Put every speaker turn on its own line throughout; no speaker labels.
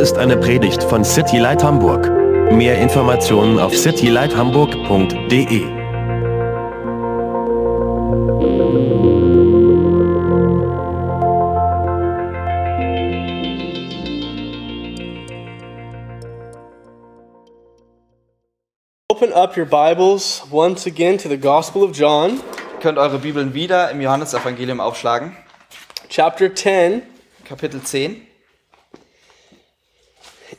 ist eine Predigt von City Light Hamburg. Mehr Informationen auf citylighthamburg.de.
Open up your Bibles once again to the Gospel of John,
könnt eure Bibeln wieder im Johannesevangelium aufschlagen,
chapter 10,
Kapitel 10.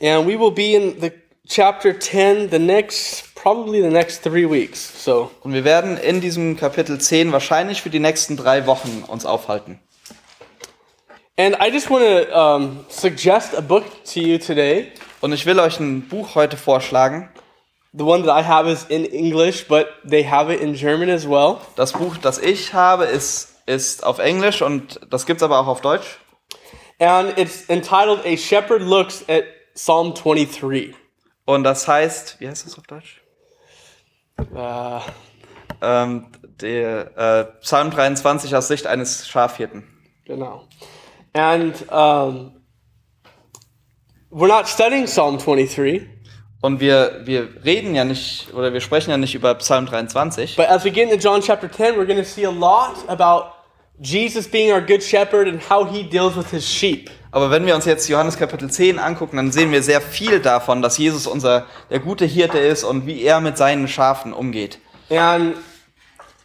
and we will be in the chapter 10 the next probably the next 3 weeks. So,
Und wir werden in diesem Kapitel 10 wahrscheinlich für die nächsten drei Wochen uns aufhalten.
and I just want to um, suggest a book to you today.
Und ich will euch ein Buch heute vorschlagen.
The one that I have is in English, but they have it in German as well.
Das Buch, das ich habe, ist, ist auf Englisch und das gibt's aber auch auf Deutsch.
And it's entitled A Shepherd Looks at Psalm 23.
Und das heißt, wie heißt das auf Deutsch?
Uh,
Ähm, der, äh, Psalm 23 aus Sicht eines Schafhirten.
genau. And um, we're not studying Psalm 23.
Und wir, wir reden ja nicht, oder wir sprechen ja nicht über Psalm 23.
But as we get into John chapter 10, we're going to see a lot about Jesus being our good shepherd and how he deals with his sheep.
Aber wenn wir uns jetzt Johannes Kapitel 10 angucken, dann sehen wir sehr viel davon, dass Jesus unser der gute Hirte ist und wie er mit seinen Schafen umgeht.
And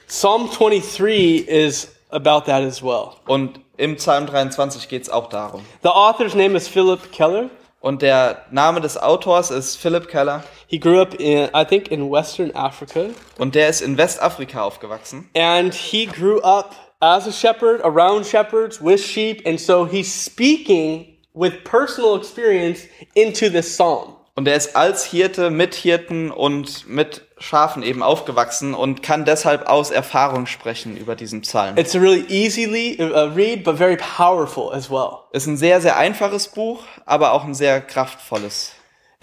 Psalm 23 is about that as well.
Und im Psalm 23 geht es auch darum.
The author's name is Philip Keller.
Und der Name des Autors ist Philip Keller
He grew up in, I think, in Western Africa.
und der ist in Westafrika aufgewachsen.
And he grew up as a shepherd, around shepherds, with sheep. And so he's speaking with personal experience into this psalm.
Und er ist als Hirte mit Hirten und mit Schafen eben aufgewachsen und kann deshalb aus Erfahrung sprechen über diesen Psalm.
It's a really easily uh, read, but very powerful as well.
ist ein sehr, sehr einfaches Buch, aber auch ein sehr kraftvolles.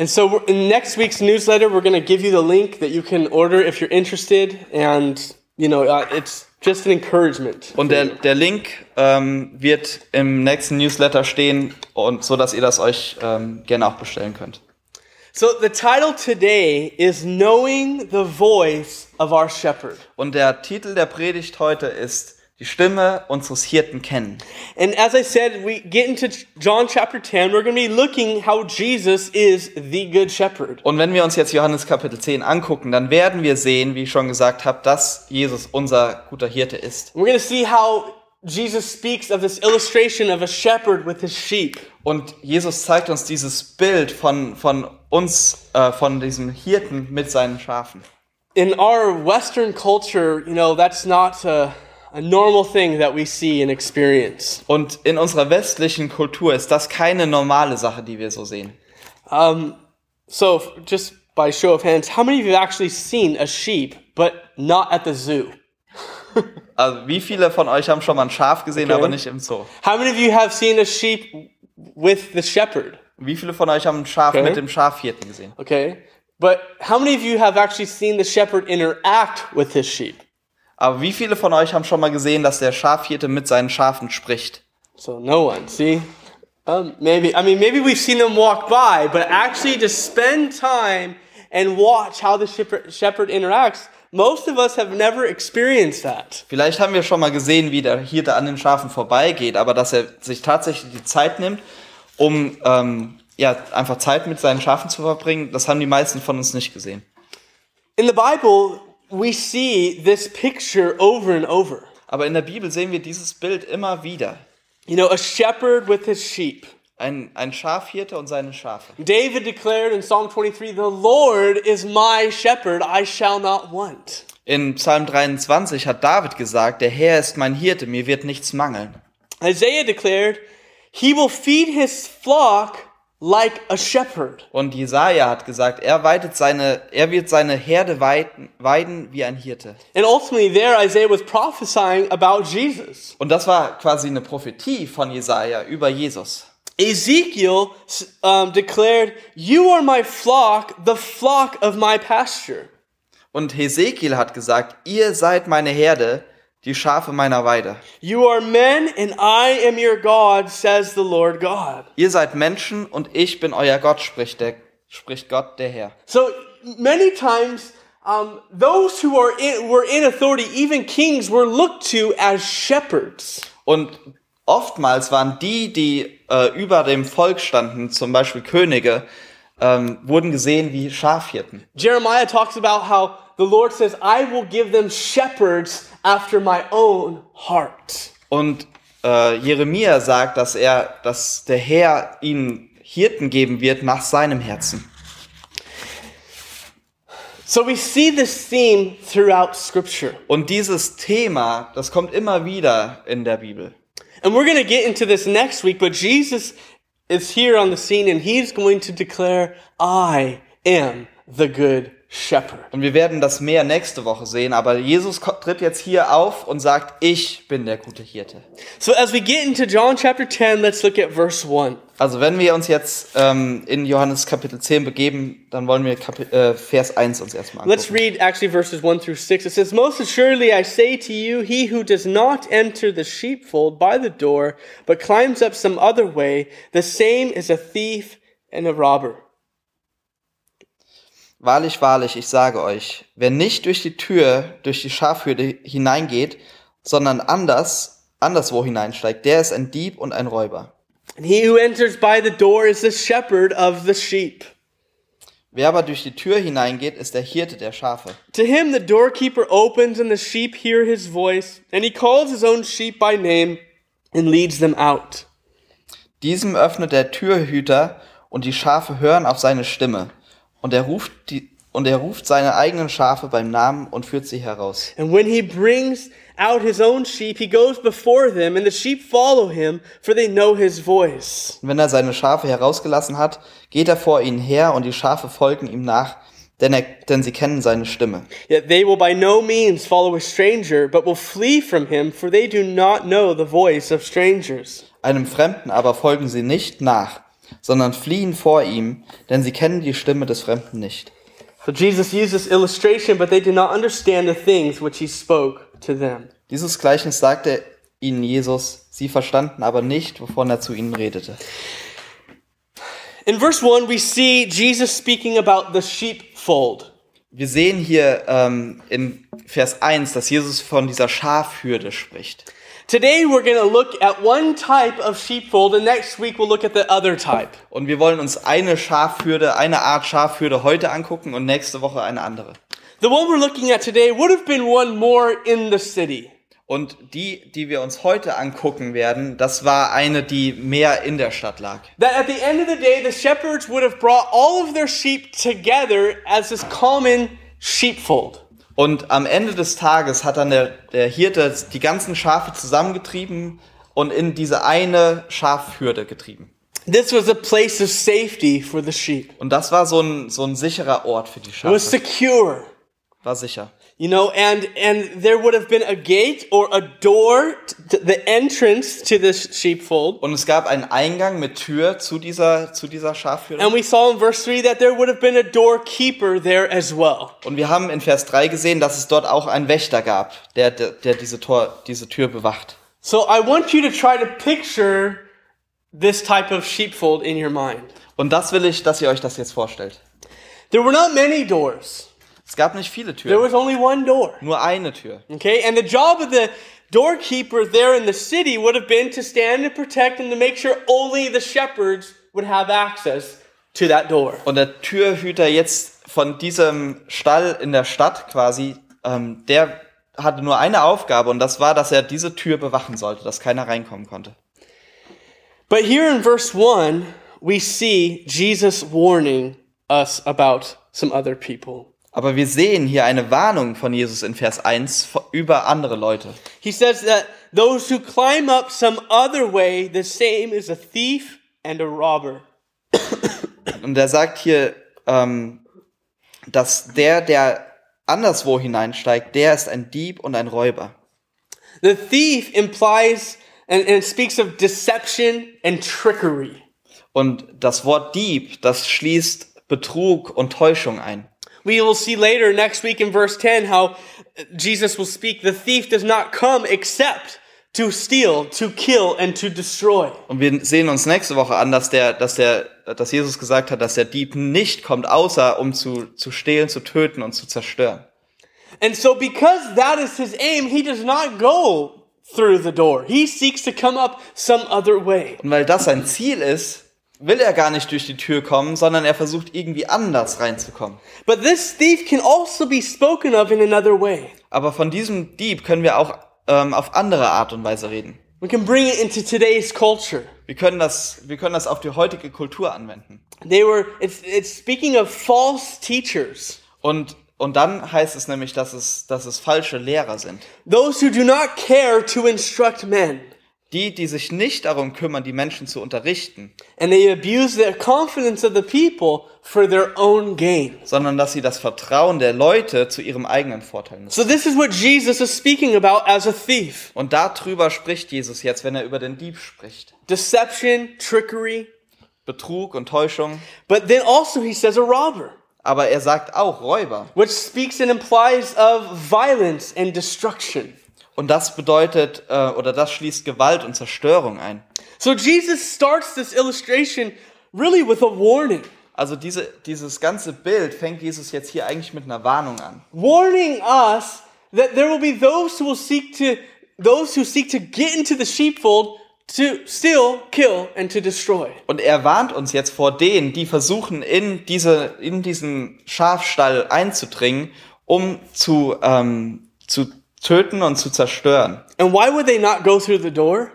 And so we're, in next week's newsletter, we're going to give you the link that you can order if you're interested. And, you know, uh, it's just an encouragement.
Und der, der Link ähm, wird im nächsten Newsletter stehen und so, dass ihr das euch ähm, gerne auch bestellen könnt.
So the title today is Knowing the Voice of Our Shepherd.
Und der Titel der Predigt heute ist Die Stimme unseres Hirten kennen.
And as I said, we get into Ch- John chapter 10. We're going to be looking how Jesus is the Good Shepherd.
Und wenn wir uns jetzt Johannes Kapitel 10 angucken, dann werden wir sehen, wie ich schon gesagt habe, dass Jesus unser guter Hirte ist.
We're going to see how Jesus speaks of this illustration of a shepherd with his sheep.
Und Jesus zeigt uns dieses Bild von, von uns, äh, von diesem Hirten mit seinen Schafen.
in our Western culture, you know, that's not a, a normal thing that we see and experience.
Und in unserer westlichen Kultur ist das keine normale Sache, die wir so sehen.
So, f- just by show of hands, how many of you have actually seen a sheep but not at the zoo?
Also wie viele von euch haben schon mal ein Schaf gesehen, aber nicht im Zoo?
How many of you have seen a sheep w- with the shepherd?
Wie viele von euch haben ein Schaf
Okay.
mit dem Schafhirten gesehen?
Okay. But how many of you have actually seen the shepherd interact with his sheep?
Aber wie viele von euch haben schon mal gesehen, dass der Schafhirte mit seinen Schafen spricht?
So, no one, see? Um, maybe, I mean, maybe we've seen them walk by, but actually to spend time and watch how the shepherd, shepherd interacts, most of us have never experienced that.
Vielleicht haben wir schon mal gesehen, wie der Hirte an den Schafen vorbeigeht, aber dass er sich tatsächlich die Zeit nimmt, um ähm, ja, einfach Zeit mit seinen Schafen zu verbringen, das haben die meisten von uns nicht gesehen.
In the Bible, we see this picture over and over.
Aber in der Bibel sehen wir dieses Bild immer wieder.
You know, a shepherd with his sheep.
Ein, ein Schafhirte und seine Schafe.
David declared in Psalm 23, The Lord is my shepherd, I shall not want.
In Psalm 23 hat David gesagt, der Herr ist mein Hirte, mir wird nichts mangeln.
Isaiah declared, He will feed his flock like a shepherd.
Und Jesaja hat gesagt, er weidet seine, er wird seine Herde weiden, weiden wie ein Hirte.
And ultimately, there Isaiah was prophesying about Jesus.
Und das war quasi eine Prophetie von Jesaja über Jesus.
Ezekiel um, declared, You are my flock, the flock of my pasture.
Und Hesekiel hat gesagt, ihr seid meine Herde, die Schafe meiner Weide.
You are men, and I am your God, says the Lord God.
Ihr seid Menschen und ich bin euer Gott, spricht, der, spricht Gott der Herr.
So many times, um, those who are in, were in authority, even kings, were looked to as shepherds.
Und oftmals waren die, die äh, über dem Volk standen, zum Beispiel Könige, ähm, wurden gesehen wie Schafhirten.
Jeremiah talks about how the Lord says, I will give them shepherds after my own heart.
Und äh, Jeremia sagt, dass er, dass der Herr ihnen Hirten geben wird nach seinem Herzen.
So we see this theme throughout Scripture.
Und dieses Thema, das kommt immer wieder in der Bibel.
And we're going to get into this next week, but Jesus is here on the scene and he's going to declare, I am the good shepherd.
Und wir werden das mehr nächste Woche sehen, aber Jesus ko- tritt jetzt hier auf und sagt, ich bin der gute Hirte.
So as we get into John chapter 10, let's look at verse 1.
Also wenn wir uns jetzt ähm, in Johannes Kapitel 10 begeben, dann wollen wir Kapi äh, Vers 1 uns erstmal
Let's
angucken.
read actually verses 1 through 6. It says, Most assuredly I say to you, he who does not enter the sheepfold by the door, but climbs up some other way, the same is a thief and a robber.
Wahrlich, wahrlich, ich sage euch, wer nicht durch die Tür, durch die Schafhürde hineingeht, sondern anders, anderswo hineinsteigt, der ist ein Dieb und ein Räuber.
And he who enters by the door is the shepherd of the sheep.
Wer aber durch die Tür hineingeht, ist der Hirte der Schafe.
To him the doorkeeper opens, and the sheep hear his voice, and he calls his own sheep by name and leads them out.
Diesem öffnet der Türhüter und die Schafe hören auf seine Stimme. Und er ruft die, und er ruft seine eigenen Schafe beim Namen und führt sie heraus.
And when he brings out his own sheep, he goes before them, and the sheep follow him, for they know his voice.
Und wenn er seine Schafe herausgelassen hat, geht er vor ihnen her und die Schafe folgen ihm nach, denn er, denn sie kennen seine Stimme.
Yet they will by no means follow a stranger, but will flee from him, for they do not know the voice of strangers.
Einem Fremden aber folgen sie nicht nach, sondern fliehen vor ihm, denn sie kennen die Stimme des Fremden nicht.
So Jesus used this illustration, but they did not understand the things which he spoke to them.
Dieses Gleichnis sagte ihnen Jesus, sie verstanden aber nicht, wovon er zu ihnen redete.
In verse 1, we see Jesus speaking about the sheepfold.
Wir sehen hier ähm, in Vers 1, dass Jesus von dieser Schafhürde spricht.
Today we're going to look at one type of sheepfold, and next week we'll look at the other type.
Und wir wollen uns eine Schafhürde, eine Art Schafhürde heute angucken und nächste Woche eine andere.
The one we're looking at today would have been one more in the city.
Und die, die wir uns heute angucken werden, das war eine, die mehr in der Stadt lag.
That at the end of the day, the shepherds would have brought all of their sheep together as this common sheepfold.
Und am Ende des Tages hat dann der, der Hirte die ganzen Schafe zusammengetrieben und in diese eine Schafhürde getrieben.
This was a place of safety for the sheep.
Und das war so ein, so ein sicherer Ort für die
It was
Schafe.
secure,
War sicher.
you know, and and there would have been a gate or a door, to the entrance to this sheepfold.
Und es gab einen Eingang mit Tür zu dieser, zu dieser Schafhürde.
And we saw in verse 3 that there would have been a doorkeeper there as well.
Und wir haben in Vers 3 gesehen, dass es dort auch einen Wächter gab, der, der, der diese, Tor, diese Tür bewacht.
So I want you to try to picture this type of sheepfold in your mind.
Und das will ich, dass ihr euch das jetzt vorstellt.
There were not many doors.
Es gab nicht viele
There
Türen,
was only one door.
nur eine Tür.
Okay? And the job of the doorkeeper there in the city would have been to stand and protect and to make sure only the shepherds would have access to that door.
Und der Türhüter jetzt von diesem Stall in der Stadt quasi, ähm, der hatte nur eine Aufgabe und das war, dass er diese Tür bewachen sollte, dass keiner reinkommen konnte.
But here in verse 1, we see Jesus warning us about some other people.
Aber wir sehen hier eine Warnung von Jesus in Vers 1 vo- über andere Leute.
He says that those who climb up some other way, the same is a thief and a robber.
Und er sagt hier, ähm, dass der, der anderswo hineinsteigt, der ist ein Dieb und ein Räuber.
The thief implies and, and speaks of deception and trickery.
Und das Wort Dieb, das schließt Betrug und Täuschung ein.
We will see later next week in verse 10 how Jesus will speak, the thief does not come except to steal, to kill, and to destroy.
Und wir sehen uns nächste Woche an, dass der, dass der, dass Jesus gesagt hat, dass der Dieb nicht kommt, außer um zu, zu stehlen, zu töten und zu zerstören.
And so, because that is his aim, he does not go through the door. He seeks to come up some other way.
Und weil das sein Ziel ist, will er gar nicht durch die Tür kommen, sondern er versucht irgendwie anders reinzukommen.
But this thief can also be spoken of in another way.
Aber von diesem Dieb können wir auch ähm, auf andere Art und Weise reden.
We can bring it into today's culture.
Wir können das, wir können das auf die heutige Kultur anwenden.
They were, it's, it's speaking of false teachers,
Und, und dann heißt es nämlich, dass es, dass es falsche Lehrer sind.
those who do not care to instruct men.
Die, die sich nicht darum kümmern, die Menschen zu unterrichten,
And they abuse their confidence of the people for their own gain.
sondern dass sie das Vertrauen der Leute zu ihrem eigenen Vorteil nutzen.
So, this is what Jesus is speaking about as a thief
Und darüber spricht Jesus jetzt, wenn er über den Dieb spricht.
deception, trickery,
Betrug und Täuschung.
but then also he says a robber.
Aber er sagt auch Räuber.
which speaks and implies of violence and destruction.
Und das bedeutet, äh, oder das schließt Gewalt und Zerstörung ein.
So Jesus starts this illustration really with a warning.
Also diese, dieses ganze Bild fängt Jesus jetzt hier eigentlich mit einer Warnung an.
warning us that there will be those who will seek to those who seek to get into the sheepfold to steal, kill, and to destroy.
Und er warnt uns jetzt vor denen, die versuchen, in, diese, in diesen Schafstall einzudringen, um zu, ähm, zu töten und zu zerstören.
And why would they not go through the door?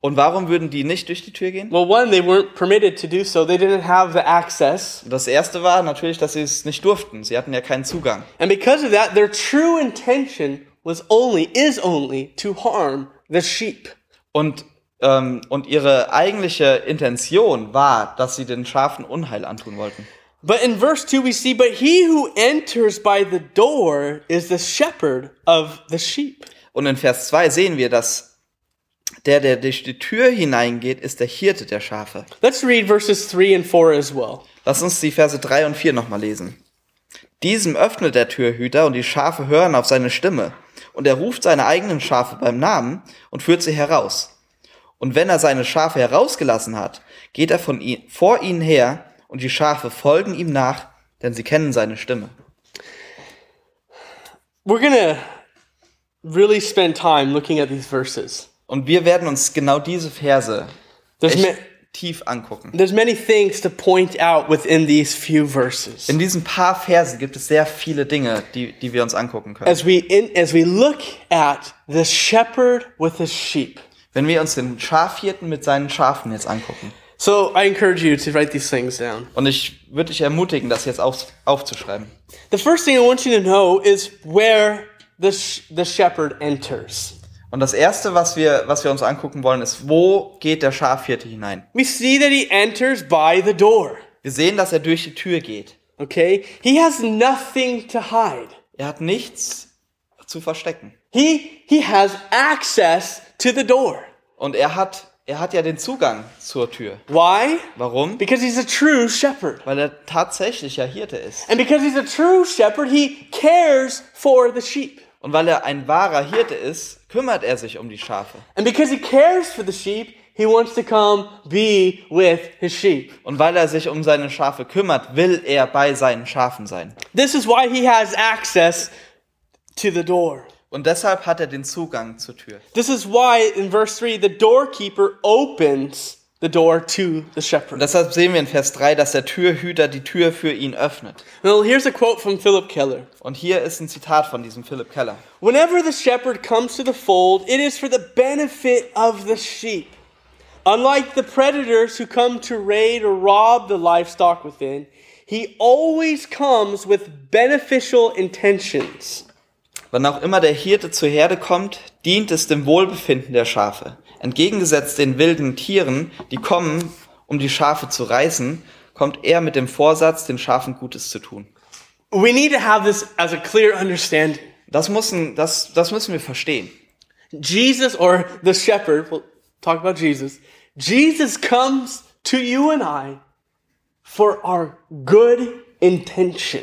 Und warum würden die nicht durch die Tür gehen?
Well, one, they weren't permitted to do so. They didn't have the access.
Das erste war natürlich, dass sie es nicht durften. Sie hatten ja keinen Zugang.
And because of that, their true intention was only is only to harm the sheep.
Und, ähm, und ihre eigentliche Intention war, dass sie den Schafen Unheil antun wollten.
But in verse 2, we see, but he who enters by the door is the shepherd of the sheep.
Und in Vers 2 sehen wir, dass der, der durch die Tür hineingeht, ist der Hirte der Schafe.
Let's read verses 3 and 4 as well.
Lass uns die Verse 3 und 4 nochmal lesen. Diesem öffnet der Türhüter und die Schafe hören auf seine Stimme. Und er ruft seine eigenen Schafe beim Namen und führt sie heraus. Und wenn er seine Schafe herausgelassen hat, geht er von i- vor ihnen her und die Schafe folgen ihm nach, denn sie kennen seine Stimme.
We're going to really spend time looking at these verses.
Und wir werden uns genau diese Verse
There's, ma-
echt tief angucken.
there's many things to point out within these few verses.
In diesen paar Versen gibt es sehr viele Dinge, die, die wir uns angucken können.
As we, in, as we look at the shepherd with his sheep.
Wenn wir uns den Schafhirten mit seinen Schafen jetzt angucken.
So I encourage you to write these things down.
Und ich würde dich ermutigen, das jetzt auf, aufzuschreiben.
The first thing I want you to know is where the, sh- the shepherd enters.
Und das erste, was wir, was wir uns angucken wollen, ist, wo geht der Schafhirte hinein?
We see that he enters by the door.
Wir sehen, dass er durch die Tür geht.
Okay? He has nothing to hide.
Er hat nichts zu verstecken.
He he has access to the door.
Und er hat, er hat ja den Zugang zur Tür.
Why?
Warum?
Because he's a true shepherd.
Weil er tatsächlich ja Hirte ist.
And because he's a true shepherd, he cares for the sheep.
Und weil er ein wahrer Hirte ist, kümmert er sich um die Schafe.
And because he cares for the sheep, he wants to come be with his sheep.
Und weil er sich um seine Schafe kümmert, will er bei seinen Schafen sein.
This is why he has access to the door.
Und deshalb hat er den Zugang zur Tür.
This is why in verse 3 the doorkeeper opens the door to the shepherd.
Und deshalb sehen wir in Vers 3, dass der Türhüter die Tür für ihn öffnet.
Well, here's a quote from Philip Keller.
Und hier ist ein Zitat von diesem Philipp Keller.
Whenever the shepherd comes to the fold, it is for the benefit of the sheep. Unlike the predators who come to raid or rob the livestock within, he always comes with beneficial intentions.
Wann auch immer der Hirte zur Herde kommt, dient es dem Wohlbefinden der Schafe. Entgegengesetzt den wilden Tieren, die kommen, um die Schafe zu reißen, kommt er mit dem Vorsatz, den Schafen Gutes zu tun.
We need to have this as a clear understanding.
Das, muss ein, das, das müssen wir verstehen.
Jesus or the shepherd, we'll talk about Jesus. Jesus comes to you and I for our good intention.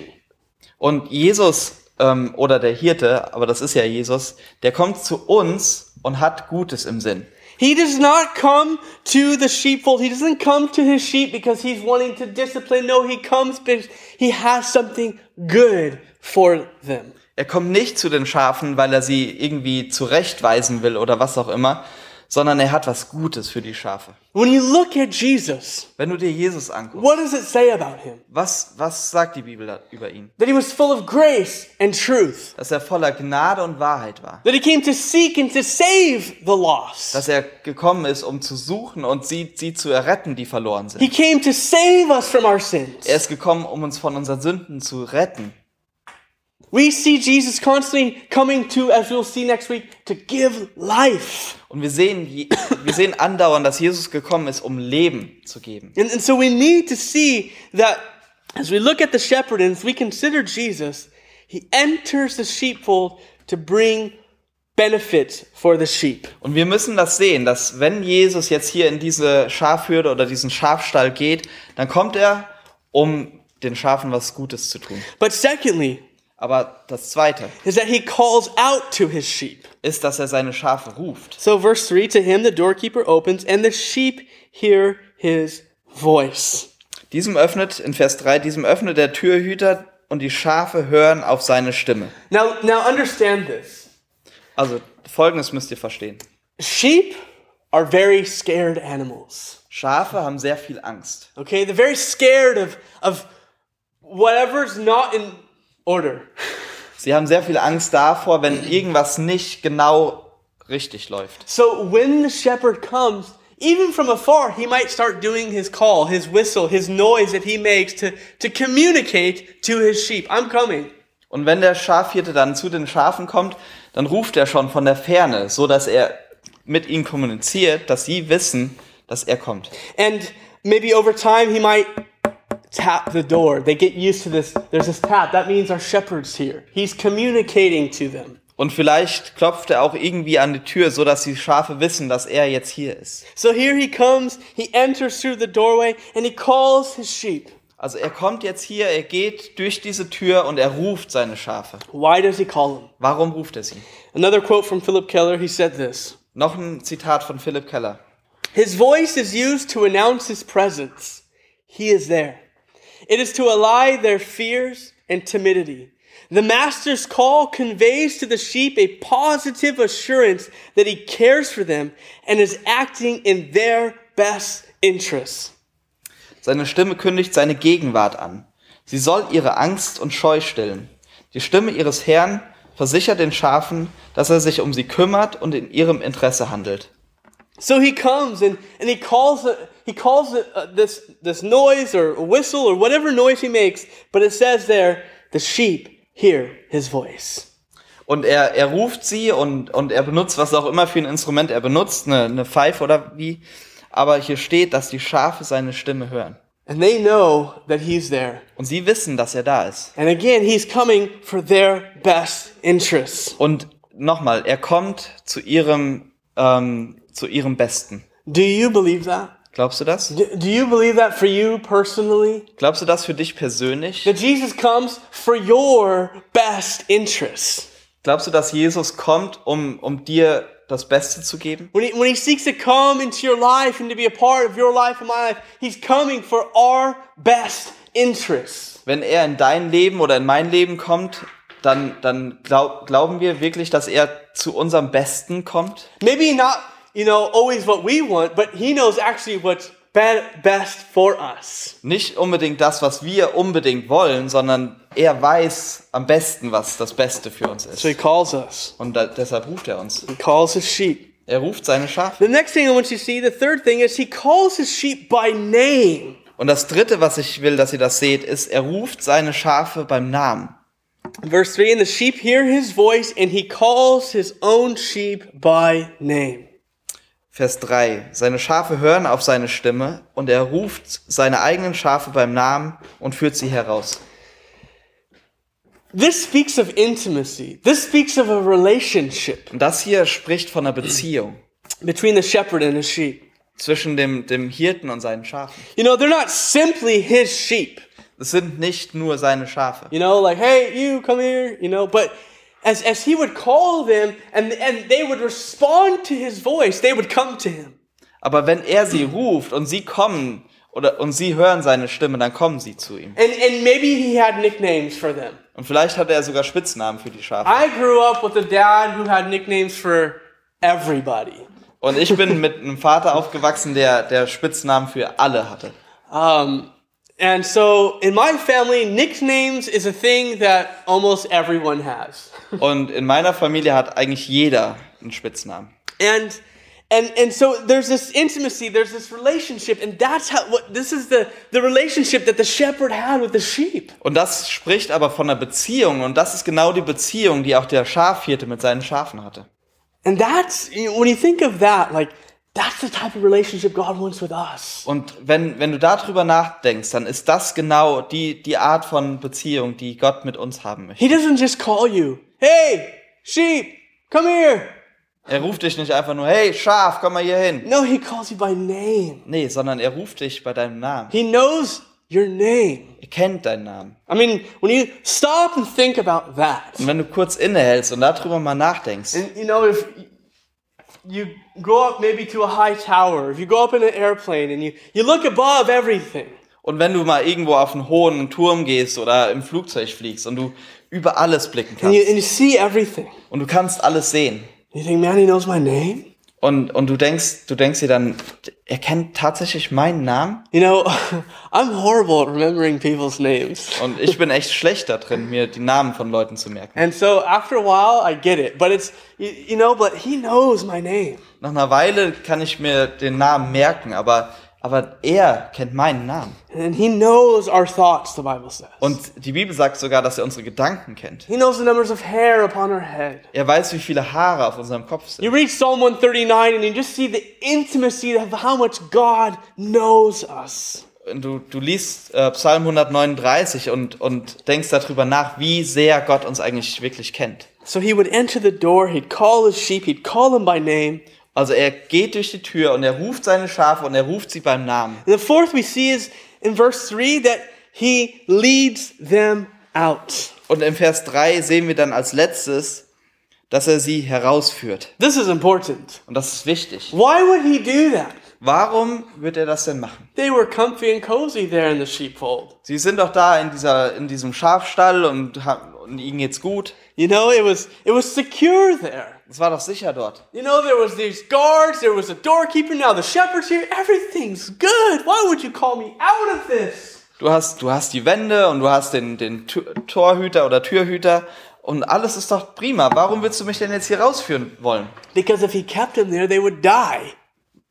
Und Jesus ähm, oder der Hirte, aber das ist ja Jesus, der kommt zu uns und hat Gutes im Sinn.
He does not come to the sheepfold. He doesn't come to his sheep because he's wanting to discipline. No, he comes because he has something good for them.
Er kommt nicht zu den Schafen, weil er sie irgendwie zurechtweisen will oder was auch immer, sondern er hat was Gutes für die Schafe.
When you look at Jesus,
Wenn du dir Jesus anguckst,
what does it say about him?
was, was sagt die Bibel da- über ihn?
That he was full of grace and truth.
Dass er voller Gnade und Wahrheit war.
That he came to seek and to save the lost.
Dass er gekommen ist, um zu suchen und sie, sie zu erretten, die verloren
He
sind.
came to save us from our sins.
Er ist gekommen, um uns von unseren Sünden zu retten.
We see Jesus constantly coming to, as we'll see next week, to give life.
Und wir sehen, je- wir sehen andauernd, dass Jesus gekommen ist, um Leben zu geben.
And, and so we need to see that as we look at the shepherd and as we consider Jesus, he enters the sheepfold to bring benefits for the sheep.
Und wir müssen das sehen, dass wenn Jesus jetzt hier in diese Schafhürde oder diesen Schafstall geht, dann kommt er, um den Schafen was Gutes zu tun.
But secondly,
Aber das Zweite
is that he calls out to his sheep.
ist, dass er seine Schafe ruft.
So, verse 3 to him the doorkeeper opens, and the sheep hear his voice.
Diesem öffnet, in Vers 3, diesem öffnet der Türhüter und die Schafe hören auf seine Stimme.
Now, now understand this
Also folgendes müsst ihr verstehen.
sheep are very scared animals.
Schafe haben sehr viel Angst.
Okay, they're very scared of of whatever's not in order.
Sie haben sehr viel Angst davor, wenn irgendwas nicht genau richtig läuft.
So when the shepherd comes, even from afar, he might start doing his call, his whistle, his noise that he makes to to communicate to his sheep. I'm coming.
Und wenn der Schafhirte dann zu den Schafen kommt, dann ruft er schon von der Ferne, so dass er mit ihnen kommuniziert, dass sie wissen, dass er kommt.
And maybe over time he might tap the door. They get used to this. There's this tap. That means our shepherd's here. He's communicating to them.
Und vielleicht klopft er auch irgendwie an die Tür, so dass die Schafe wissen, dass er jetzt hier ist.
So here he comes, he enters through the doorway and he calls his sheep.
Also er kommt jetzt hier, er geht durch diese Tür und er ruft seine Schafe.
Why does he call them?
Warum ruft er sie?
Another quote from Philip Keller, he said this
Noch ein Zitat von Philipp Keller.
His voice is used to announce his presence. He is there. It is to allay their fears and timidity. The master's call conveys to the sheep a positive assurance that he cares for them and is acting in their best interests.
Seine Stimme kündigt seine Gegenwart an. Sie soll ihre Angst und Scheu stillen. Die Stimme ihres Herrn versichert den Schafen, dass er sich um sie kümmert und in ihrem Interesse handelt.
So he comes and, and he calls it, he calls it, uh, this, this noise or whistle or whatever noise he makes, but it says there, the sheep hear his voice.
Und er, er ruft sie und, und er benutzt, was auch immer für ein Instrument er benutzt, eine, eine Pfeife oder wie. Aber hier steht, dass die Schafe seine Stimme hören.
And they know that he's there.
Und sie wissen, dass er da ist.
And again, he's coming for their best interests.
Und nochmal, er kommt zu ihrem, ähm, zu ihrem Besten.
Do you believe that?
Glaubst du das?
D- Do you believe that for you personally?
Glaubst du das für dich persönlich?
That Jesus comes for your best interests.
Glaubst du, dass Jesus kommt, um, um dir das Beste zu geben?
When he, when he seeks to come into your life and to be a part of your life and my life, he's coming for our best interests.
Wenn er in dein Leben oder in mein Leben kommt, dann, dann glaub, glauben wir wirklich, dass er zu unserem Besten kommt?
Maybe not, you know, always what we want, but he knows actually what's be- best for us.
Nicht unbedingt das, was wir unbedingt wollen, sondern er weiß am besten, was das Beste für uns
So he
ist.
calls us.
Und da, deshalb ruft er uns.
He calls his sheep.
Er ruft seine Schafe.
The next thing I want you to see, the third thing, is he calls his sheep by name.
Und das Dritte, was ich will, dass ihr das seht, ist, er ruft seine Schafe beim Namen.
Verse 3 And the sheep hear his voice, and he calls his own sheep by name.
Vers 3. Seine Schafe hören auf seine Stimme und er ruft seine eigenen Schafe beim Namen und führt sie heraus.
This speaks of intimacy. This speaks of a relationship
Und das hier spricht von einer Beziehung
between the shepherd and his sheep.
zwischen dem, dem Hirten und seinen Schafen.
You know, they're not simply his sheep,
Es sind nicht nur seine Schafe.
You know, like, hey, you come here, you know, but as, as he would call them and, and they would respond to his voice, they would come to him.
Aber wenn er sie ruft und sie kommen oder und sie hören seine Stimme, dann kommen sie zu ihm.
And, and maybe he had nicknames for them.
Und vielleicht hatte er sogar Spitznamen für die Schafe.
I grew up with a dad who had nicknames for everybody.
Und ich bin mit einem Vater aufgewachsen, der der Spitznamen für alle hatte.
Um, and so in my family, nicknames is a thing that almost everyone has.
Und in meiner Familie hat eigentlich jeder einen Spitznamen.
and and and so there's this intimacy there's this relationship and that's how what this is the the relationship that the shepherd had with the sheep
Und das spricht aber von einer Beziehung und das ist genau die Beziehung, die auch der Schafhirte mit seinen Schafen hatte.
and that's you know, when you think of that like that's the type of relationship god wants with us
Und wenn, wenn du darüber nachdenkst, dann ist das genau die, die Art von Beziehung, die Gott mit uns haben möchte.
he doesn't just call you hey sheep come here
Er ruft dich nicht einfach nur, hey Schaf, komm mal hier hin.
no he calls you by name
Nee, sondern er ruft dich bei deinem Namen.
he knows your name
Er kennt deinen Namen.
i mean when you stop and think about that
Und wenn du kurz innehältst und darüber mal nachdenkst,
And you know, if you go up maybe to a high tower, if you go up in an airplane and you, you look above everything,
und wenn du mal irgendwo auf einen hohen Turm gehst oder im Flugzeug fliegst und du über alles blicken
and you,
kannst
and you see everything,
und du kannst alles sehen
you think, man, he knows my name?
und, und du denkst, du denkst dir dann, er kennt tatsächlich meinen Namen
You know, I'm horrible at remembering people's names.
und ich bin echt schlecht da drin, mir die Namen von Leuten zu merken.
And so after a while, I get it. But it's, you, you know, but he knows my name.
Nach einer Weile kann ich mir den Namen merken, aber, aber er kennt meinen Namen.
And he knows our thoughts, the Bible says.
Und die Bibel sagt sogar, dass er unsere Gedanken kennt.
He knows the numbers of hair upon our head.
Er weiß, wie viele Haare auf unserem Kopf sind.
You read Psalm 139 and you just see the intimacy of how much God knows us.
Und Du, du liest äh, Psalm 139 und, und denkst darüber nach, wie sehr Gott uns eigentlich wirklich kennt.
So he would enter the door, he'd call his sheep, he'd call them by name.
Also er geht durch die Tür und er ruft seine Schafe und er ruft sie beim Namen.
And the fourth we see is in verse 3 that he leads them out.
Und im Vers 3 sehen wir dann als letztes, dass er sie herausführt.
This is important.
Und das ist wichtig.
Why would he do that?
Warum wird er das denn machen?
They were comfy and cozy there in the sheepfold.
Sie sind doch da in, dieser, in diesem Schafstall und, ha- und ihnen geht's gut.
You know, it was it was secure there.
Es war doch sicher dort.
You know, there was these guards, there was a doorkeeper, now the shepherd's here, everything's good. Why would you call me out of this?
Du hast, du hast die Wände und du hast den, den Tu- Torhüter oder Türhüter und alles ist doch prima. Warum willst du mich denn jetzt hier rausführen wollen?
Because if he kept them there, they would die.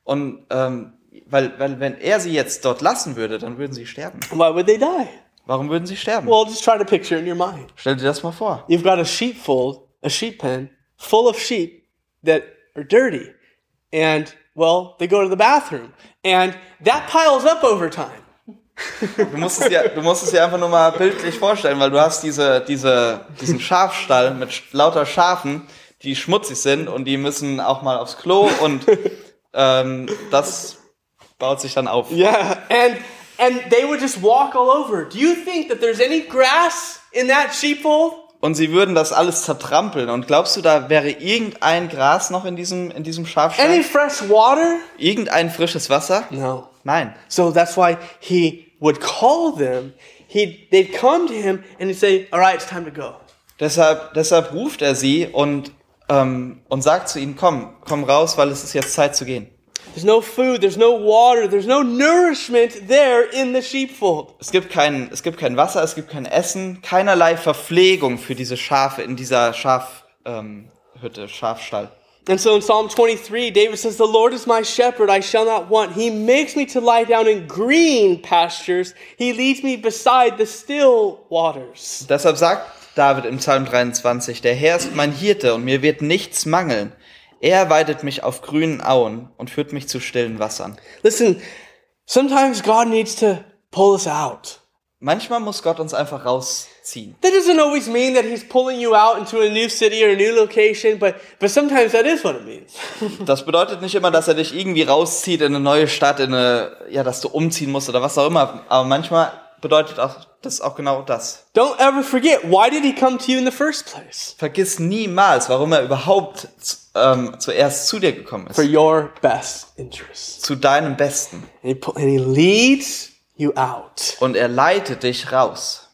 Und ähm, weil, weil wenn er sie jetzt dort lassen würde, dann würden sie sterben.
Why would they die?
Warum würden sie sterben?
Well, just try to picture in your mind.
Stell dir das mal vor.
You've got a sheepfold, a sheep pen, full of sheep that are dirty. And, well, they go to the bathroom. And that piles up over time.
Du musst es dir, du musst es dir einfach nur mal bildlich vorstellen, weil du hast diese, diese, diesen Schafstall mit sch- lauter Schafen, die schmutzig sind und die müssen auch mal aufs Klo und ähm, das baut sich dann auf.
Yeah. And and they would just walk all over. Do you think that there's any grass in that sheepfold?
und sie würden das alles zertrampeln. Und glaubst du, da wäre irgendein Gras noch in diesem, in diesem
Any
Schafstall?
fresh water?
Irgendein frisches Wasser?
No.
Nein.
So that's why he would call them. He'd, they'd come to him and he'd say, All right, it's time to go.
Deshalb, deshalb ruft er sie und, ähm, und sagt zu ihnen, komm, komm raus, weil es ist jetzt Zeit zu gehen.
There's no food, there's no water, there's no nourishment there in the sheepfold.
Es gibt, kein, es gibt kein Wasser, es gibt kein Essen, keinerlei Verpflegung für diese Schafe in dieser Schafhütte, ähm, Hütte, Schafstall.
And so in Psalm 23, David says, The Lord is my shepherd, I shall not want. He makes me to lie down in green pastures. He leads me beside the still waters.
Deshalb sagt David im Psalm 23, der Herr ist mein Hirte und mir wird nichts mangeln. Er weidet mich auf grünen Auen und führt mich zu stillen Wassern.
Listen, sometimes God needs to pull us out.
Manchmal muss Gott uns einfach rausziehen.
That doesn't always mean that he's pulling you out into a new city or a new location, but, but sometimes that is what it means.
Das bedeutet nicht immer, dass er dich irgendwie rauszieht in eine neue Stadt, in eine, ja, dass du umziehen musst oder was auch immer. Aber manchmal bedeutet auch, das ist auch genau das.
Don't ever forget why did he come to you in the first place?
Vergiss niemals, warum er überhaupt z- ähm, zuerst zu dir gekommen
For
ist.
your best interest.
Zu deinem Besten.
And he, pu- and he leads you out.
Und er leitet dich raus.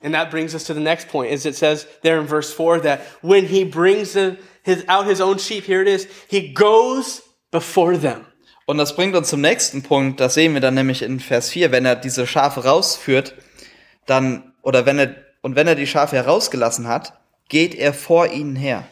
And that brings us to the next point, is it says there in verse 4 that when he brings the, his, out his own sheep, here it is, he goes before them.
Und das bringt uns zum nächsten Punkt, das sehen wir dann nämlich in Vers 4, wenn er diese Schafe rausführt, dann, oder wenn er, und wenn er die Schafe herausgelassen hat, geht er vor ihnen her.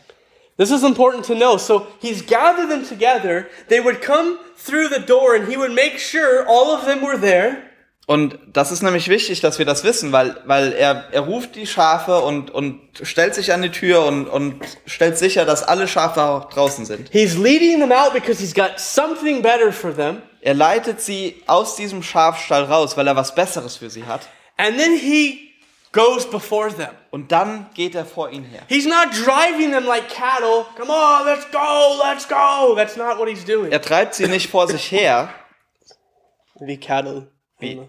This is important to know. So he's gathered them together. They would come through the door and he would make sure all of them were there.
Und das ist nämlich wichtig, dass wir das wissen, weil, weil er, er ruft die Schafe und, und stellt sich an die Tür und, und stellt sicher, dass alle Schafe auch draußen sind.
He's leading them out because he's got something better for them.
Er leitet sie aus diesem Schafstall raus, weil er was Besseres für sie hat.
And then he goes before them.
Und dann geht er vor ihnen her.
He's not driving them like cattle. Come on, let's go, let's go. That's not what he's doing.
Er treibt sie nicht vor sich her,
Wie cattle.
wie,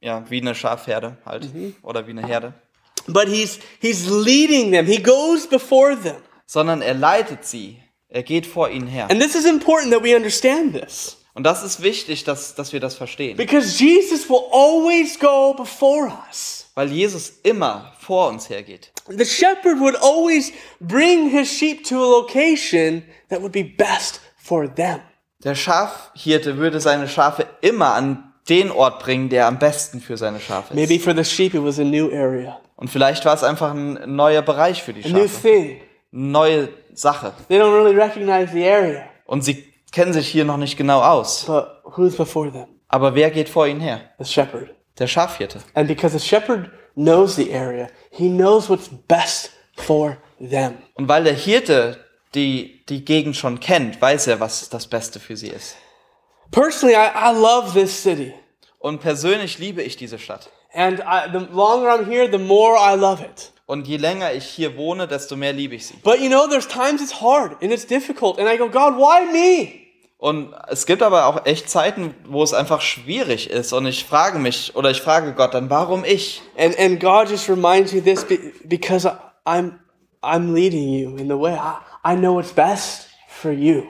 ja, wie eine Schafherde halt.
Mhm.
Oder wie eine Herde.
But he's he's leading them. He goes before them.
Sondern er leitet sie. Er geht vor ihnen her.
And this is important that we understand this.
Und das ist wichtig, dass, dass wir das verstehen.
Because Jesus will always go before us.
Weil Jesus immer vor uns hergeht.
The shepherd would always bring his sheep to a location that would be best for them.
Der Schafhirte würde seine Schafe immer an den Ort bringen, der am besten für seine Schafe ist.
Maybe for the sheep, it was a new area,
Und vielleicht war es einfach ein neuer Bereich für die
a new
Schafe.
thing.
Neue Sache.
They don't really recognize the area,
Und sie kennen sich hier noch nicht genau aus.
but who's before them?
Aber wer geht vor ihnen her?
The shepherd.
Der Schafhirte.
And because the shepherd knows the area, he knows what's best for them.
Und weil der Hirte die, die Gegend schon kennt, weiß er, was das Beste für sie ist.
Personally, I, I love this city.
Und persönlich liebe ich diese Stadt.
And I, the longer I'm here, the more I love it.
Und je länger ich hier wohne, desto mehr liebe ich sie.
But you know, there's times it's hard and it's difficult. And I go, God, why me?
Und es gibt aber auch echt Zeiten, wo es einfach schwierig ist. Und ich frage mich oder ich frage Gott dann, warum ich?
And and God just reminds me this be- because I, I'm I'm leading you in the way. I, I know what's best for you.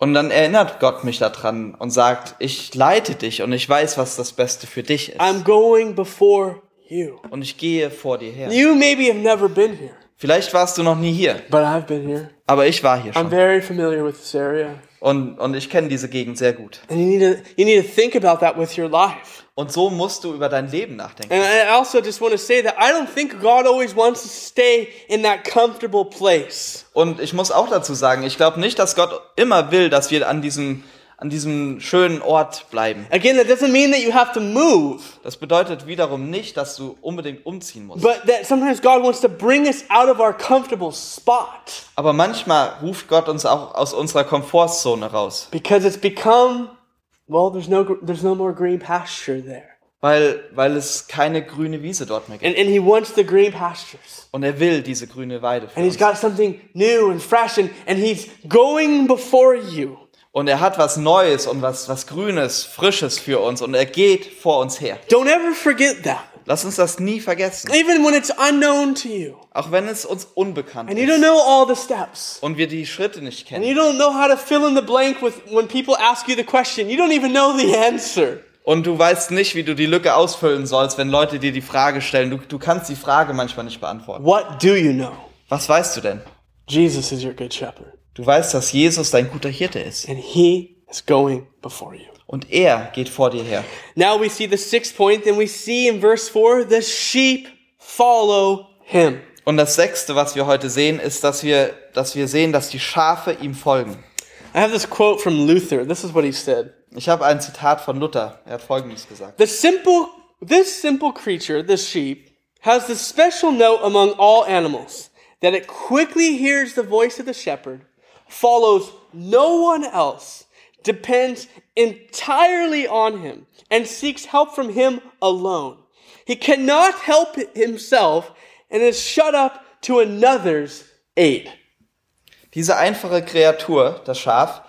Und dann erinnert Gott mich daran und sagt, ich leite dich und ich weiß, was das Beste für dich ist.
I'm going before you.
Und ich gehe vor dir her.
You maybe have never been here,
Vielleicht warst du noch nie hier,
but I've been here.
aber ich war hier
I'm
schon.
very familiar with this area.
Und, und ich kenne diese Gegend sehr gut.
And you need to you need to think about that with your life.
Und so musst du über dein Leben nachdenken.
And I also just want to say that I don't think God always wants us to stay in that comfortable place.
Und ich muss auch dazu sagen, ich glaube nicht, dass Gott immer will, dass wir an diesem, an diesem schönen Ort bleiben.
Again, that doesn't mean that you have to move,
Das bedeutet wiederum nicht, dass du unbedingt umziehen musst.
but that sometimes God wants to bring us out of our comfortable spot.
Aber manchmal ruft Gott uns auch aus unserer Komfortzone raus,
because it's become well there's no gr- there's no more green pasture there
weil, weil es keine grüne Wiese dort mehr gibt.
and, and he wants the green pastures
Und er will diese grüne Weide für
and he's
uns.
got something new and fresh and, and he's going before you
Und er hat was Neues und was, was Grünes, Frisches für uns und er geht vor uns her.
don't ever forget that
Lass uns das nie vergessen,
even when it's unknown to you
auch wenn es uns unbekannt
and you don't
ist
know all the steps
und wir die Schritte nicht
and you
kennen.
don't know how to fill in the blank with when people ask you the question you don't even know the answer
Und du weißt nicht, wie du die Lücke ausfüllen sollst, wenn Leute dir die Frage stellen. Du, du kannst die Frage manchmal nicht beantworten.
what do you know
Was weißt du denn?
jesus is your good shepherd
Du weißt, dass Jesus dein guter Hirte ist.
and he is going before you
Und er geht vor dir her.
Now we see the sixth point, and we see in verse 4 the sheep follow him.
Und das sechste, was wir heute sehen, ist, dass wir, dass wir sehen, dass die Schafe ihm folgen.
I have this quote from Luther. This is what he said
Ich habe ein Zitat von Luther. Er hat Folgendes gesagt.
The simple, this simple creature, the sheep, has this special note among all animals that it quickly hears the voice of the shepherd, follows no one else, depends entirely on him, and seeks help from him alone. He cannot help himself and is shut up to another's aid.
Diese einfache Kreatur, das Schaf,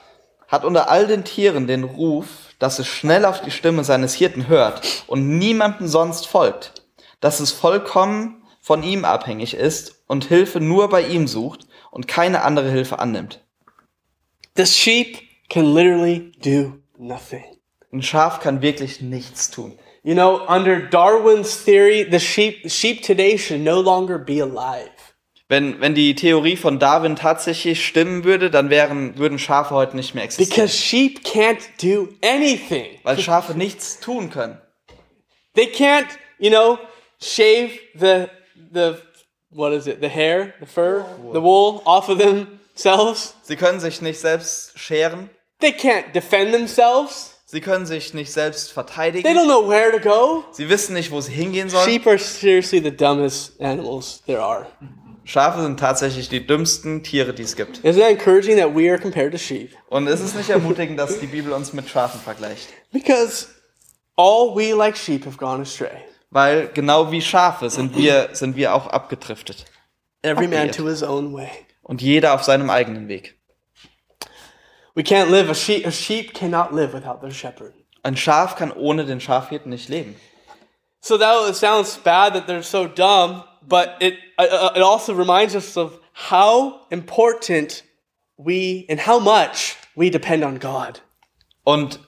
hat unter all den Tieren den Ruf dass es schnell auf die Stimme seines Hirten hört und niemandem sonst folgt, dass es vollkommen von ihm abhängig ist und Hilfe nur bei ihm sucht und keine andere Hilfe annimmt.
The sheep can literally do nothing.
Ein Schaf kann wirklich nichts tun.
You know, under Darwin's theory, the sheep sheep today should no longer be alive.
Wenn, wenn die Theorie von Darwin tatsächlich stimmen würde, dann wären, würden Schafe heute nicht mehr existieren.
Because sheep can't do anything.
Weil Schafe nichts tun können.
They can't, you know, shave the the what is it? The hair, the fur, the wool off of themselves.
Sie können sich nicht selbst scheren.
They can't defend themselves.
Sie können sich nicht selbst
They
verteidigen.
don't know where to go.
Sie wissen nicht, wo sie hingehen sollen.
Sheep are seriously the dumbest animals there are.
Schafe sind tatsächlich die dümmsten Tiere, die es gibt.
Isn't that encouraging that we are compared to sheep?
Und ist es nicht ermutigend, dass die Bibel uns mit Schafen vergleicht?
Because all we like sheep have gone astray.
Weil genau wie Schafe sind wir, sind wir auch abgedriftet.
Every man
Abgeirrt.
to his own way.
Und jeder auf seinem eigenen Weg.
We can't live a sheep. A sheep cannot live without their shepherd.
Ein Schaf kann ohne den Schafhirten nicht leben.
So that it sounds bad that they're so dumb, but it uh, uh, it also reminds us of how important we and how much we depend on God.
Und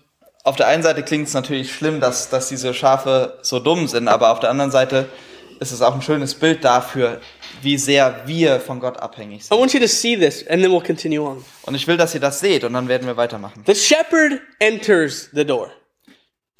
auf der einen Seite klingt es natürlich schlimm, dass, dass diese Schafe so dumm sind, aber auf der anderen Seite ist es auch ein schönes Bild dafür, wie sehr wir von Gott abhängig
I
sind.
want you to see this, and then we'll continue on.
Und ich will, dass ihr das seht und dann werden wir weitermachen.
The shepherd enters the door.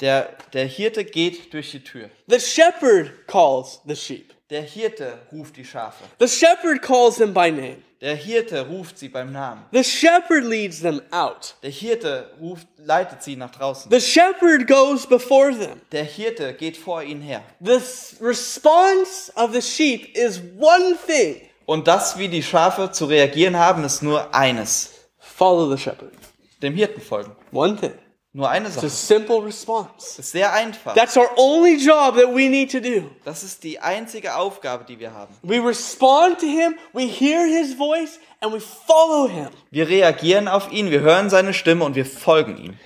Der, der Hirte geht durch die Tür.
The shepherd calls the sheep.
Der Hirte ruft die Schafe.
The shepherd calls them by name.
Der Hirte ruft sie beim Namen.
The shepherd leads them out.
Der Hirte ruft, leitet sie nach draußen.
The shepherd goes before them.
Der Hirte geht vor ihnen her.
The s- response of the sheep is one thing
Und das, wie die Schafe zu reagieren haben, ist nur eines.
follow the shepherd.
Dem Hirten folgen.
One thing.
Nur eine
It's
Sache.
a simple response.
ist sehr einfach.
That's our only job that we need to do.
Das ist die einzige Aufgabe, die wir haben.
We respond to him, we hear his voice, and we follow him
Wir reagieren auf ihn, wir hören seine Stimme und wir folgen ihm.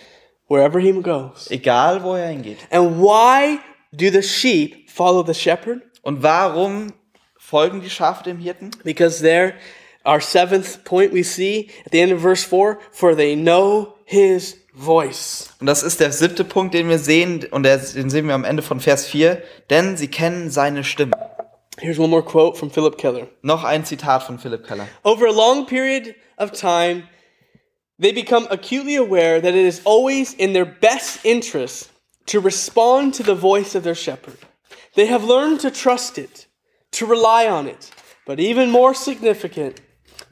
wherever he goes.
Egal, wo er hingeht.
And why do the sheep follow the shepherd?
Und warum folgen die Schafe dem Hirten?
Because there, our seventh point we see at the end of verse 4 for they know his voice.
Und das ist der siebte Punkt, den wir sehen, und der, den sehen wir am Ende von Vers 4, denn sie kennen seine Stimme.
Here's one more quote from Philip Keller.
Noch ein Zitat von Philipp Keller.
Over a long period of time, they become acutely aware that it is always in their best interest to respond to the voice of their shepherd. They have learned to trust it, to rely on it, but even more significant,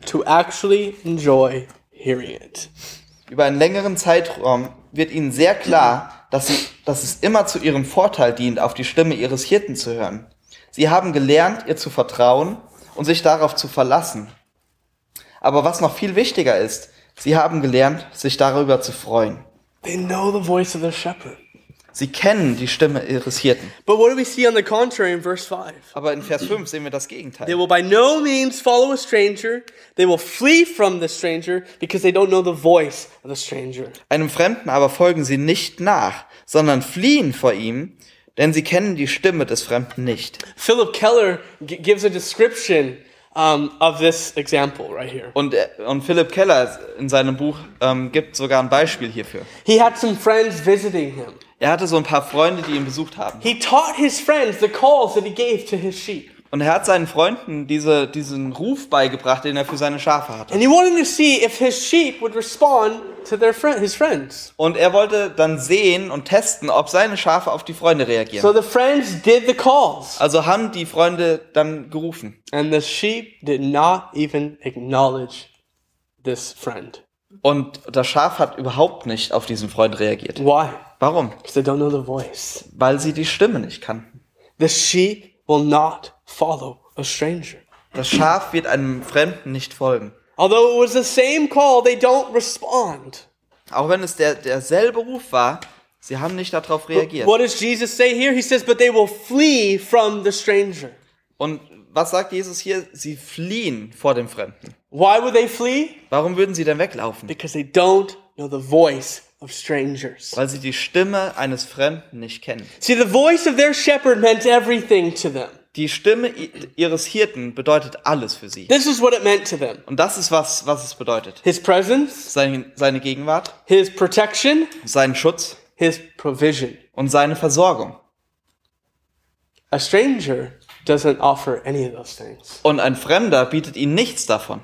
to actually enjoy hearing it.
Über einen längeren Zeitraum wird ihnen sehr klar, dass, sie, dass es immer zu ihrem Vorteil dient, auf die Stimme ihres Hirten zu hören. Sie haben gelernt, ihr zu vertrauen und sich darauf zu verlassen. Aber was noch viel wichtiger ist, sie haben gelernt, sich darüber zu freuen.
They know the voice of their shepherd.
Sie kennen die Stimme ihres Hirten.
But what do we see on the contrary in verse 5?
Aber in Vers 5 sehen wir das
They
Gegenteil.
will by no means follow a stranger. They will flee from the stranger because they don't know the voice of the stranger.
Einem Fremden aber folgen sie nicht nach, sondern fliehen vor ihm, denn sie kennen die Stimme des Fremden nicht.
Philip Keller g- gives a description um, of this example right here.
Und, äh, und Philipp Keller in seinem Buch ähm, gibt sogar ein Beispiel hierfür.
He had some friends visiting him.
Er hatte so ein paar Freunde, die ihn besucht haben.
He taught his friends the calls that he gave to his sheep.
Und er hat seinen Freunden diese, diesen Ruf beigebracht, den er für seine Schafe hatte.
And he wanted to see if his sheep would respond to their friend, his friends.
Und er wollte dann sehen und testen, ob seine Schafe auf die Freunde
So
reagieren.
the friends did the calls.
Also haben die Freunde dann gerufen.
And the sheep did not even acknowledge this friend.
Und das Schaf hat überhaupt nicht auf diesen Freund reagiert.
Why?
Warum?
Because they don't know the voice.
Weil sie die Stimme nicht kannten.
The sheep will not follow a stranger.
Das Schaf wird einem Fremden nicht folgen.
Although it was the same call, they don't respond.
Auch wenn es der, derselbe Ruf war, sie haben nicht darauf reagiert.
What does Jesus say here? He says, But they will flee from the stranger.
Und was sagt Jesus hier? Sie fliehen vor dem Fremden.
Why would they flee?
Warum würden sie denn weglaufen?
Because they don't know the voice of strangers.
weil sie die Stimme eines Fremden nicht kennen.
See, the voice of their shepherd meant everything to them.
Die Stimme i- ihres Hirten bedeutet alles für sie.
This is what it meant to them
Und das ist was, was es bedeutet.
his presence,
Sein, seine Gegenwart,
his protection,
seinen Schutz
his provision.
und seine Versorgung.
A stranger doesn't offer any of those things,
Und ein Fremder bietet ihnen nichts davon.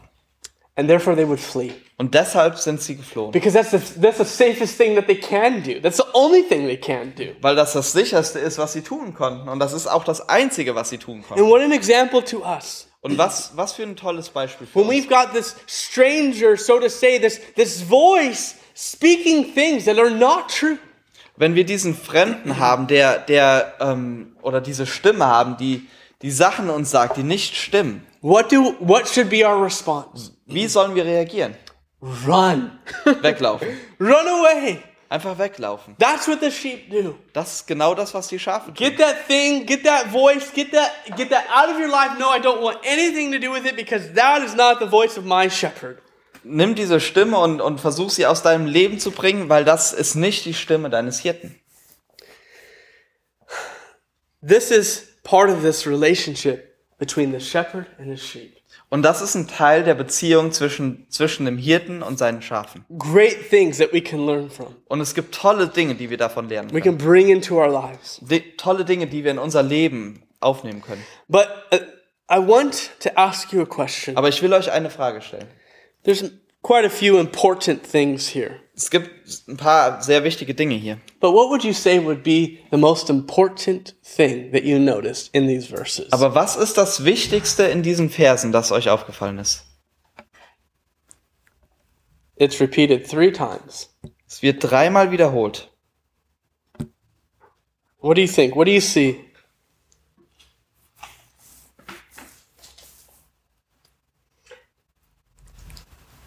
and therefore they would flee.
Und deshalb sind sie geflohen.
Because that's the, that's the safest thing that they can do. That's the only thing they can do.
Weil das das Sicherste ist, was sie tun konnten. Und das ist auch das Einzige, was sie tun konnten.
And what an example to us.
Und was, was für ein tolles Beispiel für
When
uns.
we've got this stranger, so to say, this, this voice speaking things that are not true.
Wenn wir diesen Fremden haben, der, der, ähm, oder diese Stimme haben, die, die Sachen uns sagt, die nicht stimmen,
What do what should be our response?
wie sollen wir reagieren?
Run.
Weglaufen.
Run away.
Einfach weglaufen.
That's what the sheep do.
Das ist genau das, was die Schafe tun.
Get that thing, get that voice, get that get that out of your life. No, I don't want anything to do with it because that is not the voice of my shepherd.
Nimm diese Stimme und, und versuch sie aus deinem Leben zu bringen, weil das ist nicht die Stimme deines Hirten.
This is part of this relationship between the shepherd and his sheep.
Und das ist ein Teil der Beziehung zwischen, zwischen dem Hirten und seinen Schafen.
Great things that we can learn from.
Und es gibt tolle Dinge, die wir davon lernen
We
können.
can bring into our lives.
Di tolle Dinge, die wir in unser Leben aufnehmen können.
But uh, I want to ask you a question.
Aber ich will euch eine Frage stellen.
There's quite a few important things here.
Es gibt ein paar sehr wichtige Dinge hier.
But what would you say would be the most important thing that you noticed in these verses?
Aber was ist das Wichtigste in diesen Versen, das euch aufgefallen ist?
It's repeated three times.
Es wird dreimal wiederholt.
What do you think? What do you see?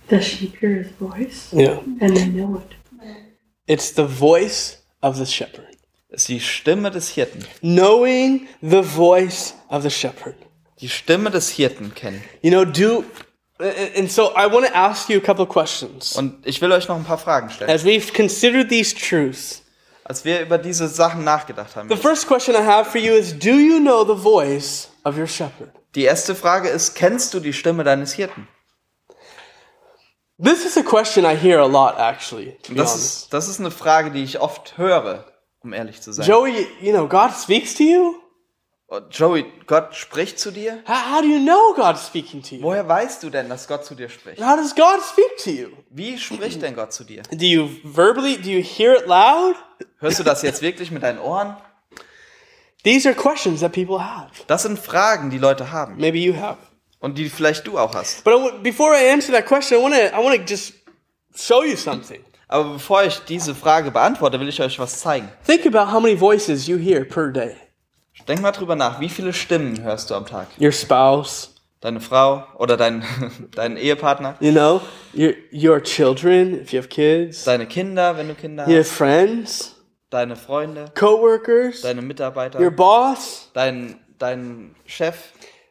The sheep hear his voice
Yeah.
and they know it.
It's the voice of the shepherd.
Es ist die Stimme des Hirten.
Knowing the voice of the shepherd.
Die Stimme des Hirten kennen.
You know, do. And so I want to ask you a couple of questions.
Und ich will euch noch ein paar Fragen stellen.
As we've considered these truths,
Als wir über diese Sachen nachgedacht haben.
The first question I have for you is Do you know the voice of your shepherd?
Die erste Frage ist, kennst du die Stimme deines Hirten?
This is a question I hear a lot, actually, to be
Das
honest.
ist, das ist eine Frage, die ich oft höre, um ehrlich zu sein.
Joey, you know, God speaks to you?
Und Joey, Gott spricht zu dir?
How, how do you know God's speaking to you?
Woher weißt du denn, dass Gott zu dir spricht?
How does God speak to you?
Wie spricht denn Gott zu dir?
Do you verbally, do you hear it loud?
Hörst du das jetzt wirklich mit deinen Ohren?
These are questions that people have.
Das sind Fragen, die Leute haben
Maybe you have.
und die vielleicht du auch hast.
But I w- before I answer that question, I want to I want to just show you something.
Aber bevor ich diese Frage beantworte, will ich euch was zeigen.
Think about how many voices you hear per day.
Denk mal drüber nach, wie viele Stimmen hörst du am Tag?
Your spouse,
Deine Frau oder dein, deinen Ehepartner?
you know, your your children if you have kids.
Deine Kinder, wenn du Kinder
Your
hast?
friends,
Deine Freunde?
coworkers,
Deine
your
Mitarbeiter?
boss,
Dein, dein Chef?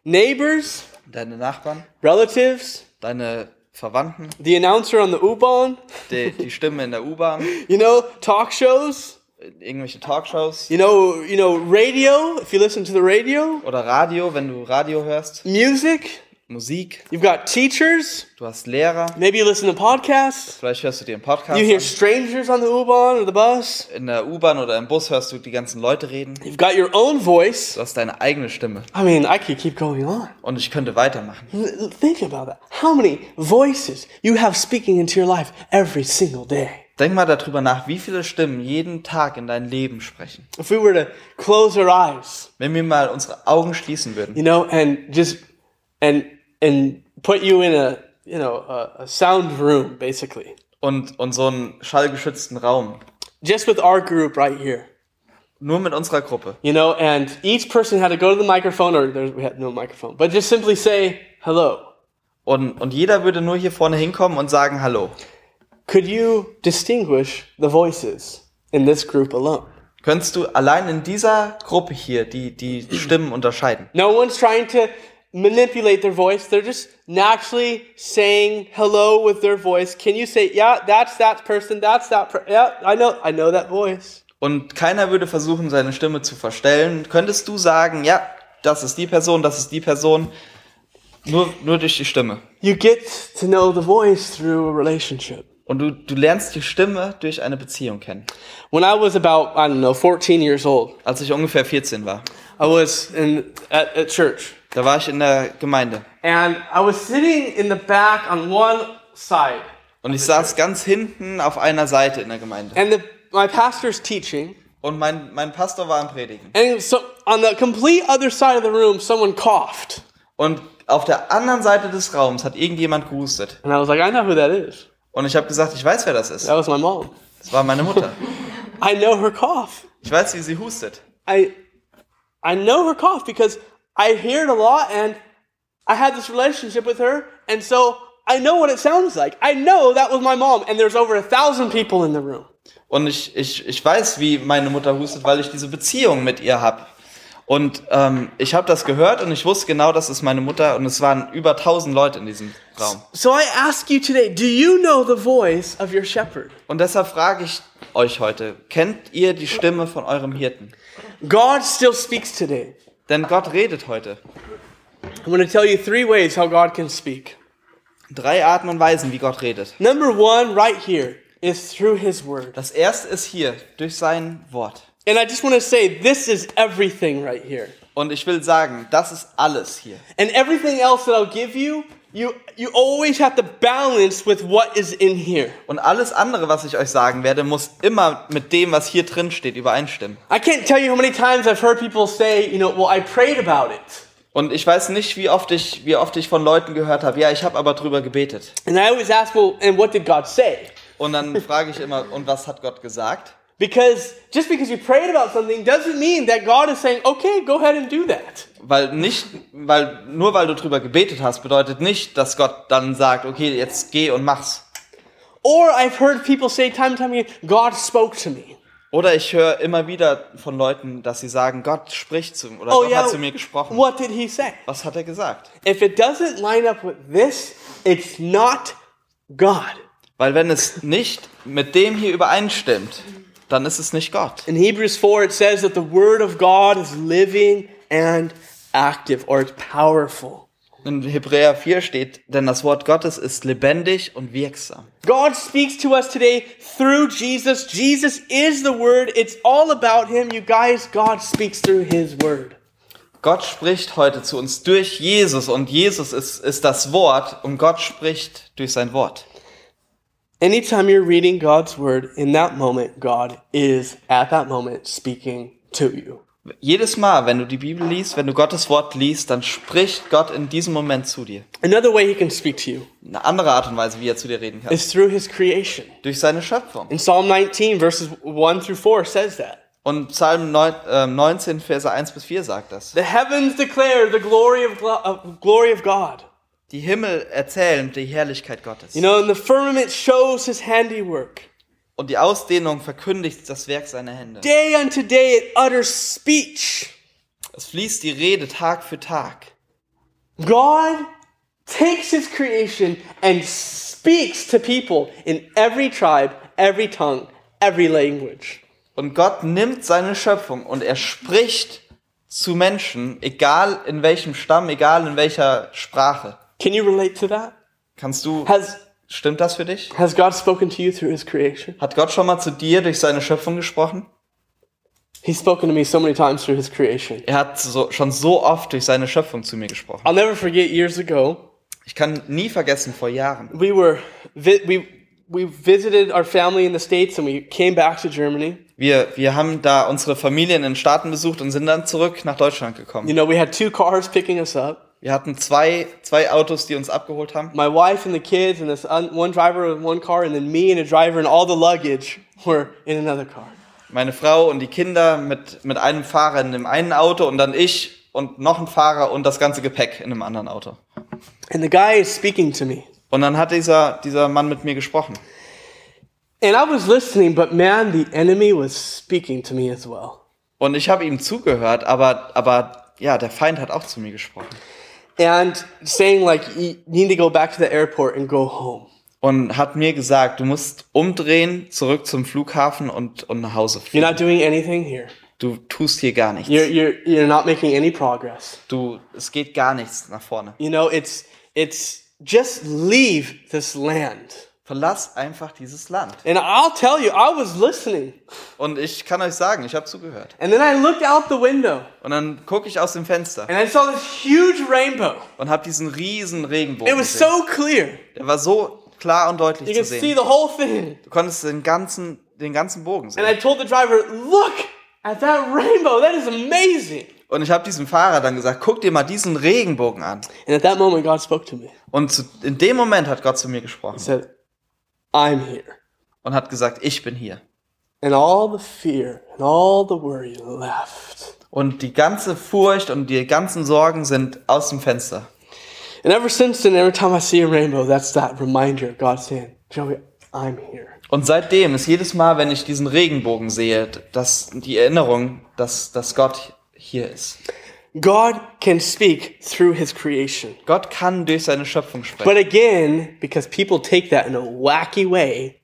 neighbors,
Deine Nachbarn?
relatives,
Deine Verwandten?
the announcer on the U-Bahn,
Die, die Stimme in der U-Bahn?
you know, talk shows,
Irgendwelche Talkshows?
you know, you know, radio, if you listen to the radio,
Oder Radio, wenn du Radio hörst?
music,
Musik?
you've got teachers,
Du hast Lehrer?
maybe you listen to podcasts,
Vielleicht hörst du dir einen Podcast
you hear
an?
strangers on the U-Bahn or the bus,
In der U-Bahn oder im Bus hörst du die ganzen Leute reden.
you've got your own voice.
Du hast deine eigene Stimme.
I mean, I could keep going on.
Und ich könnte weitermachen.
L- Think about that. How many voices you have speaking into your life every single day?
Denk mal darüber nach, wie viele Stimmen jeden Tag in dein Leben sprechen.
if we were to close our eyes,
Wenn wir mal unsere Augen schließen würden
you know, and just and and put you in a you know a, a sound room basically,
und, und so einen schallgeschützten Raum,
just with our group right here,
nur mit unserer Gruppe.
you know, and each person had to go to the microphone or there's we had no microphone, but just simply say hello.
Und, und jeder würde nur hier vorne hinkommen und sagen Hallo.
Could you distinguish the voices in this group alone?
Könntest du allein in dieser Gruppe hier die, die Stimmen unterscheiden?
No one's trying to manipulate their voice. They're just naturally saying hello with their voice. Can you say, yeah, that's that person, that's that per- yeah, I know, I know that voice.
Und keiner würde versuchen, seine Stimme zu verstellen. Könntest du sagen, ja, das ist die Person, das ist die Person, nur, nur durch die Stimme.
You get to know the voice through a relationship.
Und du, du lernst die Stimme durch eine Beziehung kennen.
When I was about, I don't know, 14 years old,
Als ich ungefähr 14 war,
I was in at, at church.
da war ich in der Gemeinde.
And I was sitting in the back on one side.
Und ich saß ganz hinten auf einer Seite in der Gemeinde.
And the, my pastor's teaching.
Und mein, mein Pastor war am Predigen.
And so on the complete other side of the room, someone coughed.
Und auf der anderen Seite des Raums hat irgendjemand gehustet.
And I was like, I know who that is.
Und ich habe gesagt, ich weiß, wer das ist.
That was my mom.
Das war meine Mutter.
I know her cough.
Ich weiß, wie sie hustet.
I I know her cough because I hear it a lot and I had this relationship with her and so I know what it sounds like. I know that was my mom and there's over a thousand people in the room.
Und ich, ich, ich weiß, wie meine Mutter hustet, weil ich diese Beziehung mit ihr habe. Und ähm, ich habe das gehört und ich wusste genau, das ist meine Mutter. Und es waren über 1000 Leute in diesem Raum.
So I ask you today, do you know the voice of your shepherd?
Und deshalb frage ich euch heute, kennt ihr die Stimme von eurem Hirten?
God still speaks today.
Denn Gott redet heute.
I'm going to tell you three ways how God can speak.
Drei Arten und Weisen, wie Gott redet.
Number 1 right here is through his word.
Das erste ist hier, durch sein Wort.
And I just want to say this is everything right here.
Und ich will sagen, das ist alles hier.
And everything else that I'll give you, you you always have to balance with what is in here.
Und alles andere, was ich euch sagen werde, muss immer mit dem, was hier drin steht, übereinstimmen.
I can't tell you how many times I've heard people say, you know, well, I prayed about it.
Und ich weiß nicht, wie oft ich, wie oft ich von Leuten gehört habe, ja, ich habe aber drüber gebetet.
And I always ask, well, and what did God say?
Und dann frage ich immer, und was hat Gott gesagt?
Because just because you prayed about something doesn't mean that God is saying, okay, go ahead and do that.
Weil nicht, weil, nur weil du drüber gebetet hast, bedeutet nicht, dass Gott dann sagt, okay, jetzt geh und mach's.
Or I've heard people say time and time again, God spoke to me.
Oder ich höre immer wieder von Leuten, dass sie sagen, Gott spricht zu mir, oder Gott hat zu mir gesprochen.
Oh, what did he say?
Was hat er gesagt?
If it doesn't line up with this, it's not God.
Weil wenn es nicht mit dem hier übereinstimmt, dann ist es nicht Gott.
In Hebrews 4, it says that the word of God is living and active, or it's powerful.
In Hebräer 4 steht, denn das Wort Gottes ist lebendig und wirksam.
God speaks to us today through Jesus. Jesus is the word. It's all about him. You guys, God speaks through his word.
Gott spricht heute zu uns durch Jesus und Jesus ist, ist das Wort und Gott spricht durch sein Wort.
Anytime you're reading God's word, in that moment, God is at that moment speaking to you.
Jedes Mal, wenn du die Bibel liest, wenn du Gottes Wort liest, dann spricht Gott in diesem Moment zu dir.
Another way he can speak to you
Eine andere Art und Weise, wie er zu dir reden kann.
is through his creation.
Durch seine Schöpfung.
In Psalm 19, verses 1 through 4, says that.
Und Psalm neun- äh, 19, Verse 1 bis 4 sagt das.
The heavens declare the glory of, glo- of glory of God.
Die Himmel erzählen die Herrlichkeit Gottes.
You know, and the firmament shows his handiwork.
Und die Ausdehnung verkündigt das Werk seiner Hände.
Day unto day it utters speech.
Es fließt die Rede Tag für Tag.
God takes his creation and speaks to people in every tribe, every tongue, every language.
Und Gott nimmt seine Schöpfung und er spricht zu Menschen, egal in welchem Stamm, egal in welcher Sprache.
Can you relate to that?
Kannst du,
Has
stimmt das für dich?
has God spoken to you through his creation?
Hat Gott schon mal zu dir durch seine Schöpfung gesprochen?
He's spoken to me so many times through his creation.
Er hat so, schon so oft durch seine Schöpfung zu mir gesprochen.
I'll never forget years ago,
Ich kann nie vergessen, vor Jahren.
we were vi- we we visited our family in the states and we came back to Germany.
Wir, wir haben da unsere Familien in den Staaten besucht und sind dann zurück nach Deutschland
You
gekommen.
know, we had two cars picking us up.
Wir hatten zwei, zwei Autos, die uns abgeholt haben.
my wife and the kids and this un- one driver in one car and then me and a driver and all the luggage were in another car
meine Frau und die Kinder mit, mit einem Fahrer in dem einen Auto und dann ich und noch ein Fahrer und das ganze Gepäck in einem anderen Auto.
and the guy is speaking to me
Und dann hat dieser, dieser Mann mit mir gesprochen.
and i was listening but man the enemy was speaking to me as well
Und ich habe ihm zugehört, aber, aber ja, der Feind hat auch zu mir gesprochen.
and saying like you need to go back to the airport and go home.
und hat mir gesagt, du musst umdrehen, zurück zum Flughafen und, und nach Hause
You're
fliegen.
not doing anything here.
Du tust hier gar nichts.
You're you're you're not making any progress.
Du, es geht gar nichts nach vorne.
You know, it's it's just leave this land.
Verlass einfach dieses Land.
And I'll tell you, I was listening.
Und ich kann euch sagen, ich habe zugehört.
And then I looked out the window
Und dann gucke ich aus dem Fenster
and I saw this huge rainbow.
und habe diesen riesen Regenbogen
It was
gesehen.
so clear.
Der war so klar und
You
deutlich zu
could see
sehen.
the whole thing.
Du konntest den ganzen, den ganzen Bogen
And I
sehen.
told the driver, look at that rainbow. That is amazing.
Und ich habe diesem Fahrer dann gesagt, guck dir mal diesen Regenbogen an.
And at that moment, God spoke to me.
Und zu, in dem Moment hat Gott zu mir
He
gesprochen
said, I'm here.
und hat gesagt, ich bin hier.
And all the fear and all the worry left.
Und die ganze Furcht und die ganzen Sorgen sind aus dem Fenster.
And ever since then, every time I see a rainbow, that's that reminder of God saying, Joey, I'm here.
Und seitdem ist jedes Mal, wenn ich diesen Regenbogen sehe, dass die Erinnerung, dass, dass Gott hier ist.
God can speak through his creation.
Gott kann durch seine Schöpfung
But
sprechen.
again, because people take that in a wacky way,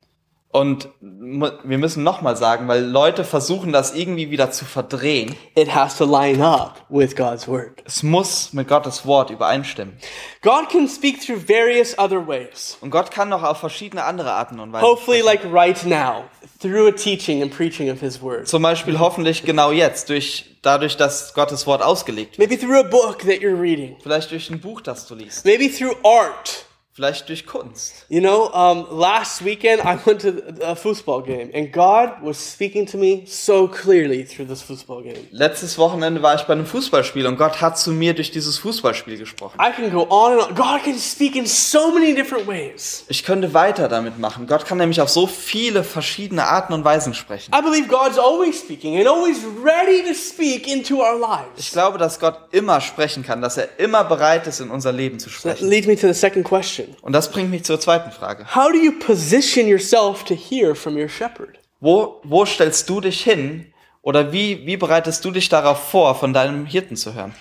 Und mu- wir müssen nochmal sagen, weil Leute versuchen, das irgendwie wieder zu verdrehen.
it has to line up with God's word.
Es muss mit Gottes Wort übereinstimmen.
God can speak through various other ways.
Und Gott kann noch auf verschiedene andere Arten und Weisen.
Hopefully,
sprechen.
like right now, through a teaching and preaching of His Word.
Zum Beispiel hoffentlich genau jetzt, durch, dadurch, dass Gottes Wort ausgelegt wird.
Maybe through a book that you're reading.
Vielleicht durch ein Buch, das du liest.
Maybe through art.
Vielleicht durch Kunst.
You know, um, last weekend I went to a football game, and God was speaking to me so clearly through this football game.
Letztes Wochenende war ich bei einem Fußballspiel und Gott hat zu mir durch dieses Fußballspiel gesprochen.
I can go on and on. God can speak in so many different ways.
Ich könnte weiter damit machen. Gott kann nämlich auf so viele verschiedene Arten und Weisen sprechen.
I believe God's always speaking and always ready to speak into our
Ich
lives.
glaube, dass Gott immer sprechen kann, dass er immer bereit ist, in unser Leben zu
That
sprechen.
leads me to the second question
Und das bringt mich zur zweiten Frage.
How do you position yourself to hear from your shepherd?
Wo, wo stellst du dich hin oder wie, wie bereitest du dich darauf vor, von deinem Hirten zu hören?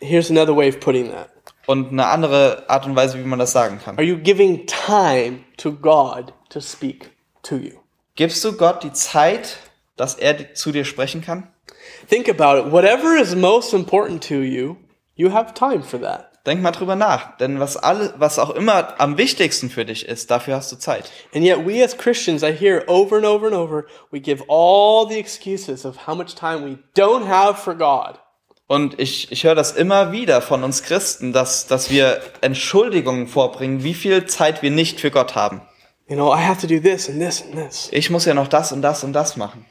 Here's another way of putting that.
Und eine andere Art und Weise, wie man das sagen
Are
kann.
you giving time to God to speak to you?
Gibst du Gott die Zeit, dass er di- zu dir sprechen kann?
Think about it. Whatever is most important to you, you have time for that.
Denk mal drüber nach, denn was, alle, was auch immer am wichtigsten für dich ist, dafür hast du Zeit.
And yet, we as Christians, I hear over and over and over, we give all the excuses of how much time we don't have for God.
Und ich, ich höre das immer wieder von uns Christen, dass, dass wir Entschuldigungen vorbringen, wie viel Zeit wir nicht für Gott haben.
You know, I have to do this and this and this.
Ich muss ja noch das und das und das machen.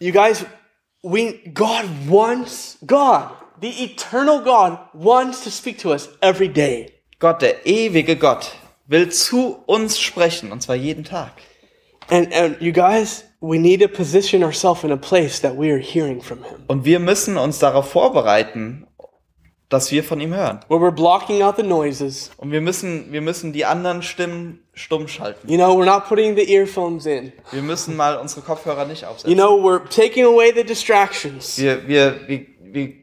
You guys, we God wants God, the eternal God wants to speak to us every day.
Gott, der ewige Gott, will zu uns sprechen, und zwar jeden Tag.
And and you guys, we need to position ourselves in a place that we are hearing from him.
Und wir müssen uns darauf vorbereiten, dass wir von ihm hören.
Where we're blocking out the noises.
Und wir müssen, wir müssen die anderen Stimmen stumm schalten.
You know, we're not putting the earphones in.
Wir müssen mal unsere Kopfhörer nicht
You
aufsetzen.
know, we're taking away the distractions.
Wir, wir, wir, wir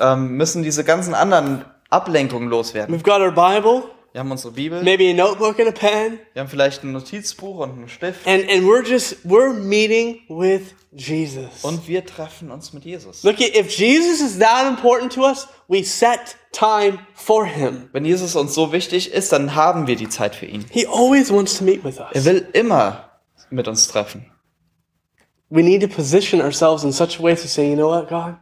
ähm, müssen diese ganzen anderen Ablenkungen loswerden.
We've got our Bible,
Wir haben unsere Bibel, wir
maybe a notebook and a pen,
haben vielleicht ein Notizbuch und einen Stift.
and and we're just we're meeting with Jesus.
Und wir treffen uns mit Jesus.
Look, if Jesus is that important to us, we set time for him.
Wenn Jesus uns so wichtig ist, dann haben wir die Zeit für ihn.
He always wants to meet with
Er
us.
will immer mit uns treffen.
We need to position ourselves in such a way to say, you know what, God,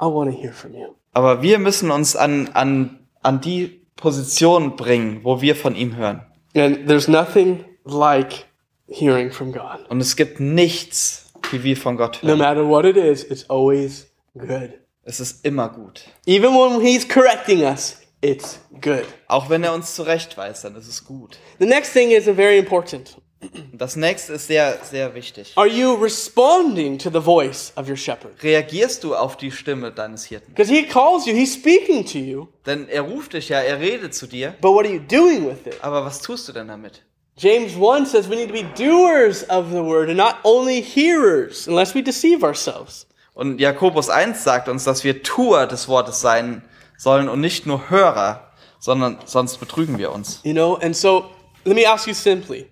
I want to hear from you.
Aber wir müssen uns an, an, an die Position bringen, wo wir von ihm hören.
And there's nothing like hearing from God.
Und es gibt nichts, wie wir von Gott
No
hören.
matter what it is, it's always good.
Es ist immer gut.
Even when He's correcting us, it's good.
Auch wenn er uns zurechtweist, dann ist es gut.
The next thing is very important.
Und das nächste ist sehr, sehr wichtig.
Are you responding to the voice of your shepherd?
Reagierst du auf die Stimme deines Hirten?
Because He calls you, He's speaking to you,
Denn er ruft dich ja, er redet zu dir.
but what are you doing with it?
Aber was tust du denn damit?
James 1 says we need to be doers of the word and not only hearers, unless we deceive ourselves.
Und Jakobus 1 sagt uns, dass wir Tuer des Wortes sein sollen und nicht nur Hörer, sondern sonst betrügen wir uns.
You know, and so let me ask you simply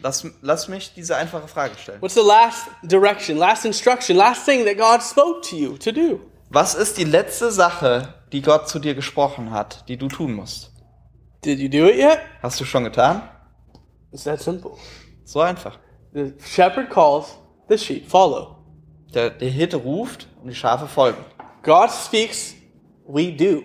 Lass, lass mich diese einfache Frage stellen.
what's the last direction, last instruction, last thing that God spoke to you to do?
Was ist die letzte Sache, die Gott zu dir gesprochen hat, die du tun musst?
Did you do it yet?
Hast du schon getan?
It's that simple.
So einfach.
The shepherd calls, the sheep follow.
Der, der Hirte ruft und die Schafe folgen.
God speaks, we do.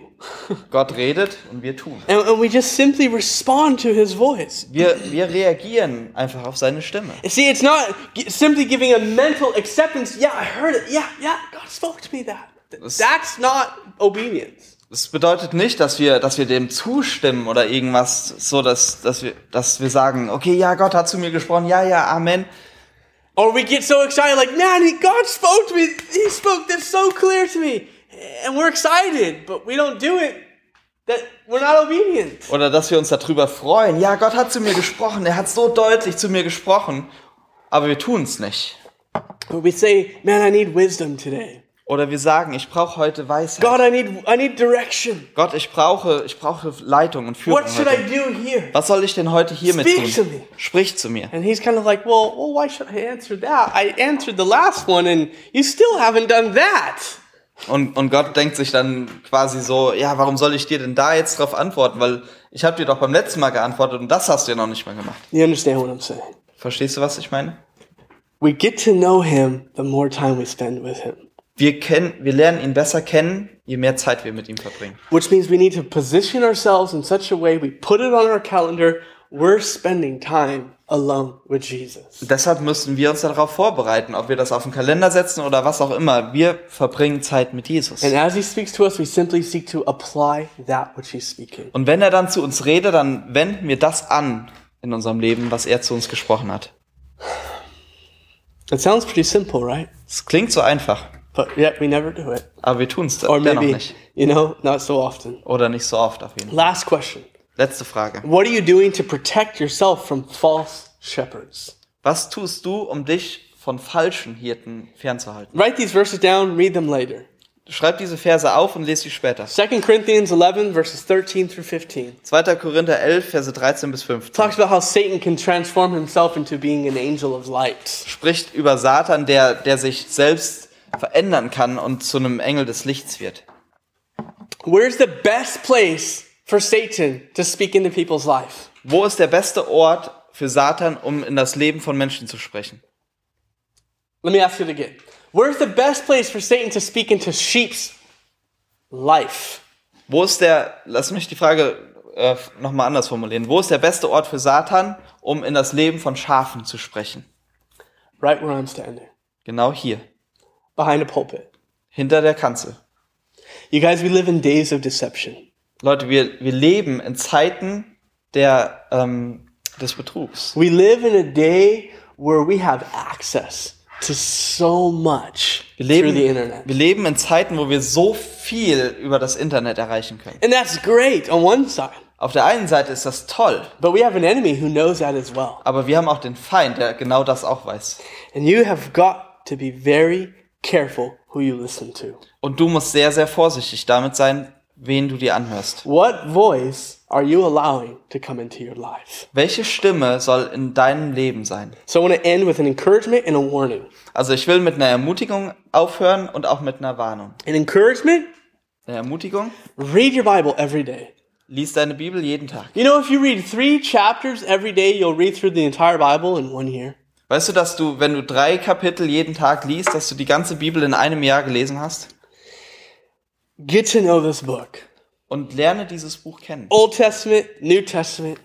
Gott redet und wir tun.
And, and we just simply respond to his voice.
Wir, wir reagieren einfach auf seine Stimme.
See, it's not g- simply giving a mental acceptance. Yeah, I heard it. Yeah, yeah, God spoke to me that. Th-
This-
That's not obedience.
Das bedeutet nicht, dass wir, dass wir dem zustimmen oder irgendwas, so dass, dass wir, dass wir sagen, okay, ja, Gott hat zu mir gesprochen, ja, ja, Amen.
Or we get so excited, like, man, he- God spoke to me. He spoke this so clear to me. And we're excited, but we don't do it. That we're not obedient.
Oder dass wir uns darüber freuen, ja, Gott hat zu mir gesprochen, er hat so deutlich zu mir gesprochen, aber wir tun es nicht.
Or we say, man, I need wisdom today.
Oder wir sagen, ich brauche heute Weisheit.
God, I need I need direction.
Gott, ich brauche, ich brauche Leitung und Führung.
What should I
Heute.
do here?
Was soll ich denn heute hiermit
Speak to
tun?
me.
Sprich zu mir.
And he's kind of like, well, well, why should I answer that? I answered the last one, and you still haven't done that.
Und, und Gott denkt sich dann quasi so, ja, warum soll ich dir denn da jetzt drauf antworten? Weil ich habe dir doch beim letzten Mal geantwortet und das hast du ja noch nicht mal gemacht.
You understand what I'm saying?
Verstehst du, was ich meine?
We get to know him the more time we spend with him,
Wir kennen, wir lernen ihn besser kennen, je mehr Zeit wir mit ihm verbringen.
which means we need to position ourselves in such a way we put it on our calendar. We're spending time alone with Jesus.
Deshalb müssen wir uns darauf vorbereiten, ob wir das auf den Kalender setzen oder was auch immer. Wir verbringen Zeit mit Jesus.
And as he speaks to us, we simply seek to apply that which he's speaking.
Und wenn er dann zu uns redet, dann wenden wir das an in unserem Leben, was er zu uns gesprochen hat.
It sounds pretty simple, right?
Es klingt so einfach,
But yet we never do it.
aber wir tun es
Or
dennoch
maybe,
nicht.
you know, not so often.
Oder nicht so oft auf jeden Fall.
Last question.
Letzte Frage.
What are you doing to protect yourself from false shepherds?
Was tust du, um dich von falschen Hirten fernzuhalten?
Write these verses down, read them later.
Schreib diese Verse auf und lese sie später.
2 Corinthians 11, verses 13 through 15,
2. Korinther 11, Verse 13 bis 15.
talks about how Satan can transform himself into being an angel of light.
Spricht über Satan, der, der sich selbst verändern kann und zu einem Engel des Lichts wird.
Where's the best place for Satan to speak into people's life?
Wo ist der beste Ort für Satan, um in das Leben von Menschen zu sprechen?
Let me ask it again. Where's the best place for Satan to speak into sheep's life?
Wo ist der, lass mich die Frage äh, nochmal anders formulieren. Wo ist der beste Ort für Satan, um in das Leben von Schafen zu sprechen?
Right where I'm standing,
Genau hier,
behind a pulpit.
hinter der Kanzel.
You guys, we live in days of deception.
Leute, wir, wir leben in Zeiten der, ähm, des Betrugs.
We live in a day where we have access to so much
Wir
through
leben,
the internet.
wir leben in Zeiten, wo wir so viel über das Internet erreichen können.
And that's great on one side.
Auf der einen Seite ist das toll,
But we have an enemy who knows that as well.
aber wir haben auch den Feind, der genau das auch weiß.
And you have got to be very careful who you listen to.
Und du musst sehr, sehr vorsichtig damit sein, wen du dir anhörst.
What voice are you allowing to come into your life?
Welche Stimme soll in deinem Leben sein?
So I want to end with an encouragement and a warning.
Also ich will mit einer Ermutigung aufhören und auch mit einer Warnung.
An encouragement?
Eine Ermutigung,
Read your Bible every day.
lies deine Bibel jeden Tag.
You know, if you read three chapters every day, you'll read through the entire Bible in one year.
Weißt du, dass du, wenn du drei Kapitel jeden Tag liest, dass du die ganze Bibel in einem Jahr gelesen hast?
Get to know this book
Und lerne dieses Buch kennen.
Old Testament, New Testament,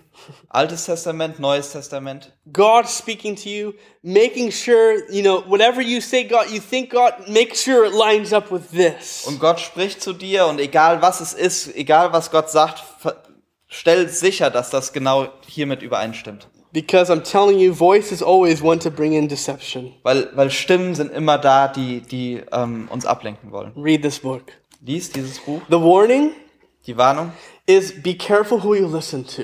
Altes Testament, Neues Testament.
God speaking to you, making sure, you know, whatever you say, God, you think God, make sure it lines up with this.
Und Gott spricht zu dir und egal was es ist, egal was Gott sagt, ver- stell sicher, dass das genau hiermit übereinstimmt.
Because I'm telling you, voice is always one to bring in deception.
Weil, weil Stimmen sind immer da, die, die ähm, uns ablenken wollen.
Read this book.
Lies dieses Buch,
The warning
die Warnung.
is be careful who you listen to.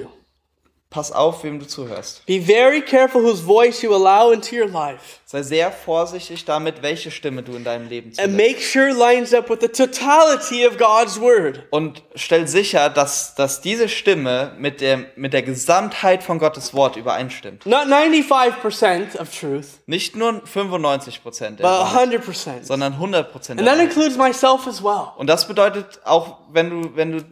Pass auf, wem du zuhörst.
Be very careful whose voice you allow into your life.
Sei sehr vorsichtig damit, welche Stimme du in deinem Leben
And
zulässt.
make sure it lines up with the totality of God's word.
Und stell sicher, dass, dass diese Stimme mit der, mit der Gesamtheit von Gottes Wort übereinstimmt.
Not 95% of truth,
Nicht nur 95 Prozent,
but 100%.
sondern 100 Prozent.
And that includes myself as well.
Und das bedeutet auch, wenn du, wenn du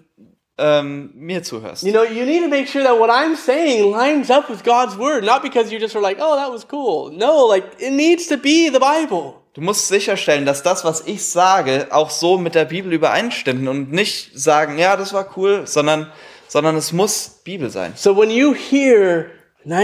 ähm, mir zuhörst.
You know, you need to make sure that what I'm saying lines up with God's word, not because you just are like, oh, that was cool. No, like, it needs to be the Bible.
Du musst sicherstellen, dass das, was ich sage, auch so mit der Bibel übereinstimmt und nicht sagen, ja, das war cool, sondern, sondern es muss Bibel sein.
So when you hear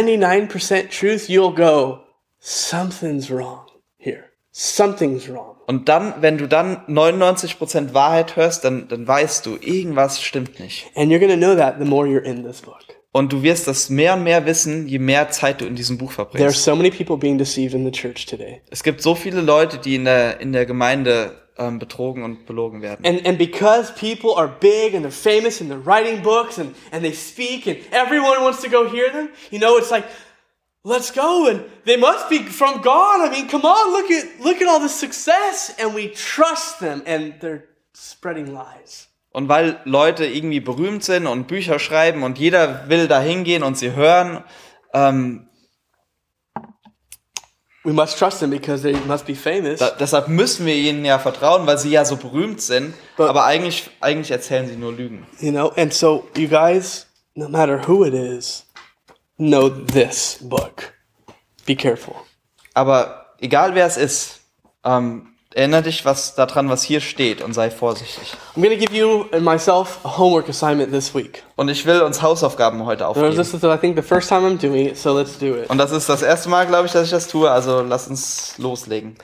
99% truth, you'll go, something's wrong here. Something's wrong.
Und dann, wenn du dann 99% Wahrheit hörst, dann, dann weißt du, irgendwas stimmt nicht.
And you're going to know that the more you're in this book.
Und du wirst das mehr und mehr wissen, je mehr Zeit du in diesem Buch
There are
verbringst.
so many people being deceived in the church today.
Es gibt so viele Leute, die in der, in der Gemeinde ähm, betrogen und belogen werden.
And, and because people are big and they're famous and they're writing books and, and they speak and everyone wants to go hear them, you know, it's like, let's go. And they must be from God. I mean, come on, look at, look at all the success. And we trust them and they're spreading lies.
Und weil Leute irgendwie berühmt sind und Bücher schreiben und jeder will da hingehen und sie hören, ähm,
We must trust them because they must be famous.
da, deshalb müssen wir ihnen ja vertrauen, weil sie ja so berühmt sind.
But-
aber eigentlich, eigentlich erzählen sie nur Lügen.
You know, and so you guys, no matter who it is, know this book. Be careful.
Aber egal wer es ist, ähm, erinnere dich was daran, was hier steht und sei vorsichtig.
I'm going to give you and myself a homework assignment this week.
Und ich will uns Hausaufgaben heute aufgeben.
This is, I think, the first time I'm doing it, so let's do it.
und das ist das erste Mal, glaube ich, dass ich das tue. Also lass uns loslegen.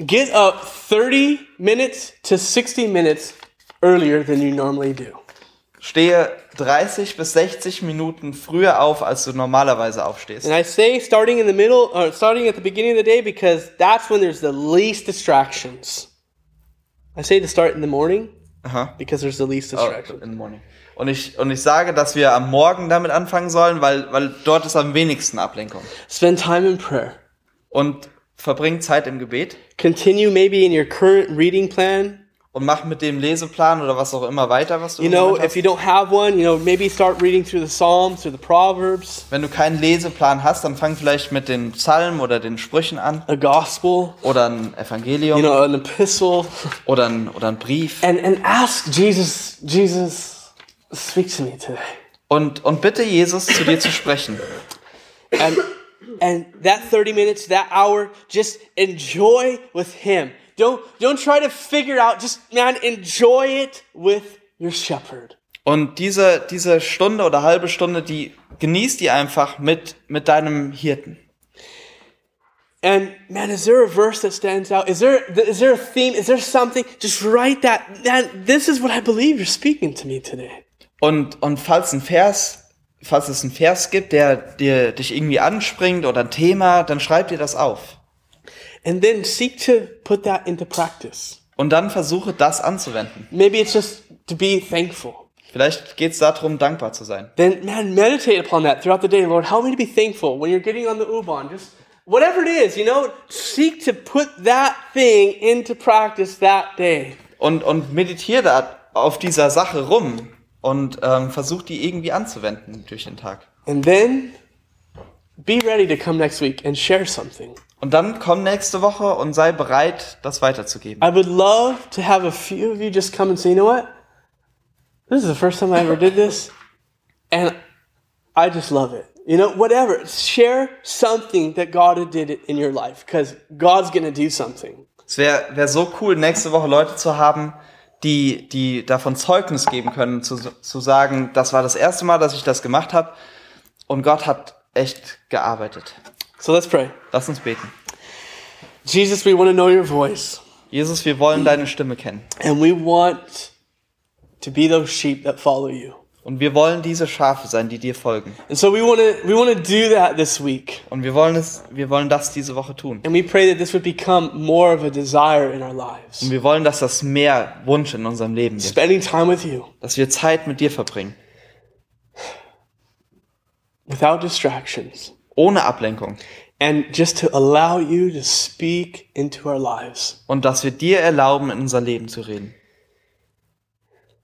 Get up 30 minutes to 60 minutes earlier than you normally do.
Stehe 30 bis 60 Minuten früher auf, als du normalerweise aufstehst. Oh,
And I say starting in the middle, or starting at the beginning of the day, because that's when there's the least distractions. I say to start in the morning
Aha.
because there's the least
Oh,
distractions.
in the morning. Und ich, und ich sage, dass wir am Morgen damit anfangen sollen, weil, weil dort ist am wenigsten Ablenkung.
Spend time in prayer.
Und verbring Zeit im Gebet
Continue maybe in your current reading plan.
und mach mit dem Leseplan oder was auch immer weiter, was du
You
im Moment
know, if
hast.
you don't have one, you know, maybe start reading through the Psalms, through the Proverbs,
Wenn du keinen Leseplan hast, dann fang vielleicht mit den Psalmen oder den Sprüchen an
a gospel,
oder ein Evangelium
you know, an epistle.
oder, ein, oder ein Brief.
and and ask Jesus, Jesus, speak to me today.
Und, und bitte Jesus zu dir zu sprechen.
And and that 30 minutes, that hour, just enjoy with him. Don't don't try to figure it out. Just man, enjoy it with your shepherd.
Und diese, diese Stunde oder halbe Stunde, die genieß die einfach mit, mit deinem Hirten.
And man, is there a verse that stands out? Is there is there a theme? Is there something? Just write that. Man, this is what I believe you're speaking to me today.
Und, und falls ein Vers, falls es einen Vers gibt, der dir dich irgendwie anspringt oder ein Thema, dann schreib dir das auf.
And then seek to put that into practice.
Und dann versuche das anzuwenden.
Maybe it's just to be thankful.
Vielleicht geht es darum, dankbar zu sein.
then man, meditate upon that throughout the day. Lord, help me to be thankful when you're getting on the Ubon. Just whatever it is, you know, seek to put that thing into practice that day.
Und, und meditiere da auf dieser Sache rum und ähm, versuch die irgendwie anzuwenden durch den Tag.
And then be ready to come next week and share something.
Und dann komm nächste Woche und sei bereit, das weiterzugeben.
I would love to have a few of you just come and say, you know what? This is the first time I ever did this. And I just love it. You know, whatever. Share something that God did in your life because God's going to do something.
Es wäre wär so cool, nächste Woche Leute zu haben, die, die davon Zeugnis geben können, zu, zu sagen, das war das erste Mal, dass ich das gemacht habe und Gott hat echt gearbeitet.
So let's pray.
Lass uns beten.
Jesus, we want to know your voice,
Jesus, wir wollen deine Stimme kennen
and we want to be those sheep that follow you.
und wir wollen diese Schafe sein, die dir folgen.
And so we want to we want to do that this week.
Und wir wollen, es, wir wollen das diese Woche tun.
And we pray that this would become more of a desire in our lives.
Und wir wollen, dass das mehr Wunsch in unserem Leben wird.
Spending time with you.
Dass wir Zeit mit dir verbringen.
without distractions,
ohne Ablenkung.
and just to allow you to speak into our lives.
Und dass wir dir erlauben, in unser Leben zu reden.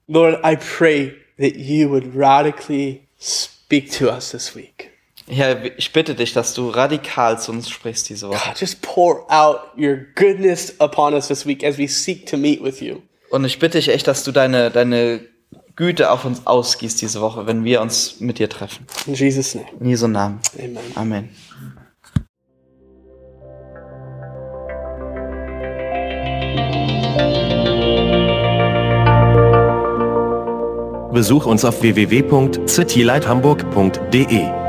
Lord, I pray that you would radically speak to us this week.
Herr, ich bitte dich, dass du radikal zu uns sprichst diese Woche.
God, just pour out your goodness upon us this week as we seek to meet with you.
Und ich bitte dich echt, dass du deine, deine Güte auf uns ausgießt diese Woche, wenn wir uns mit dir treffen.
In Jesus' name,
In Jesu Namen.
amen.
Amen.
Besuch uns auf www.citylighthamburg.de.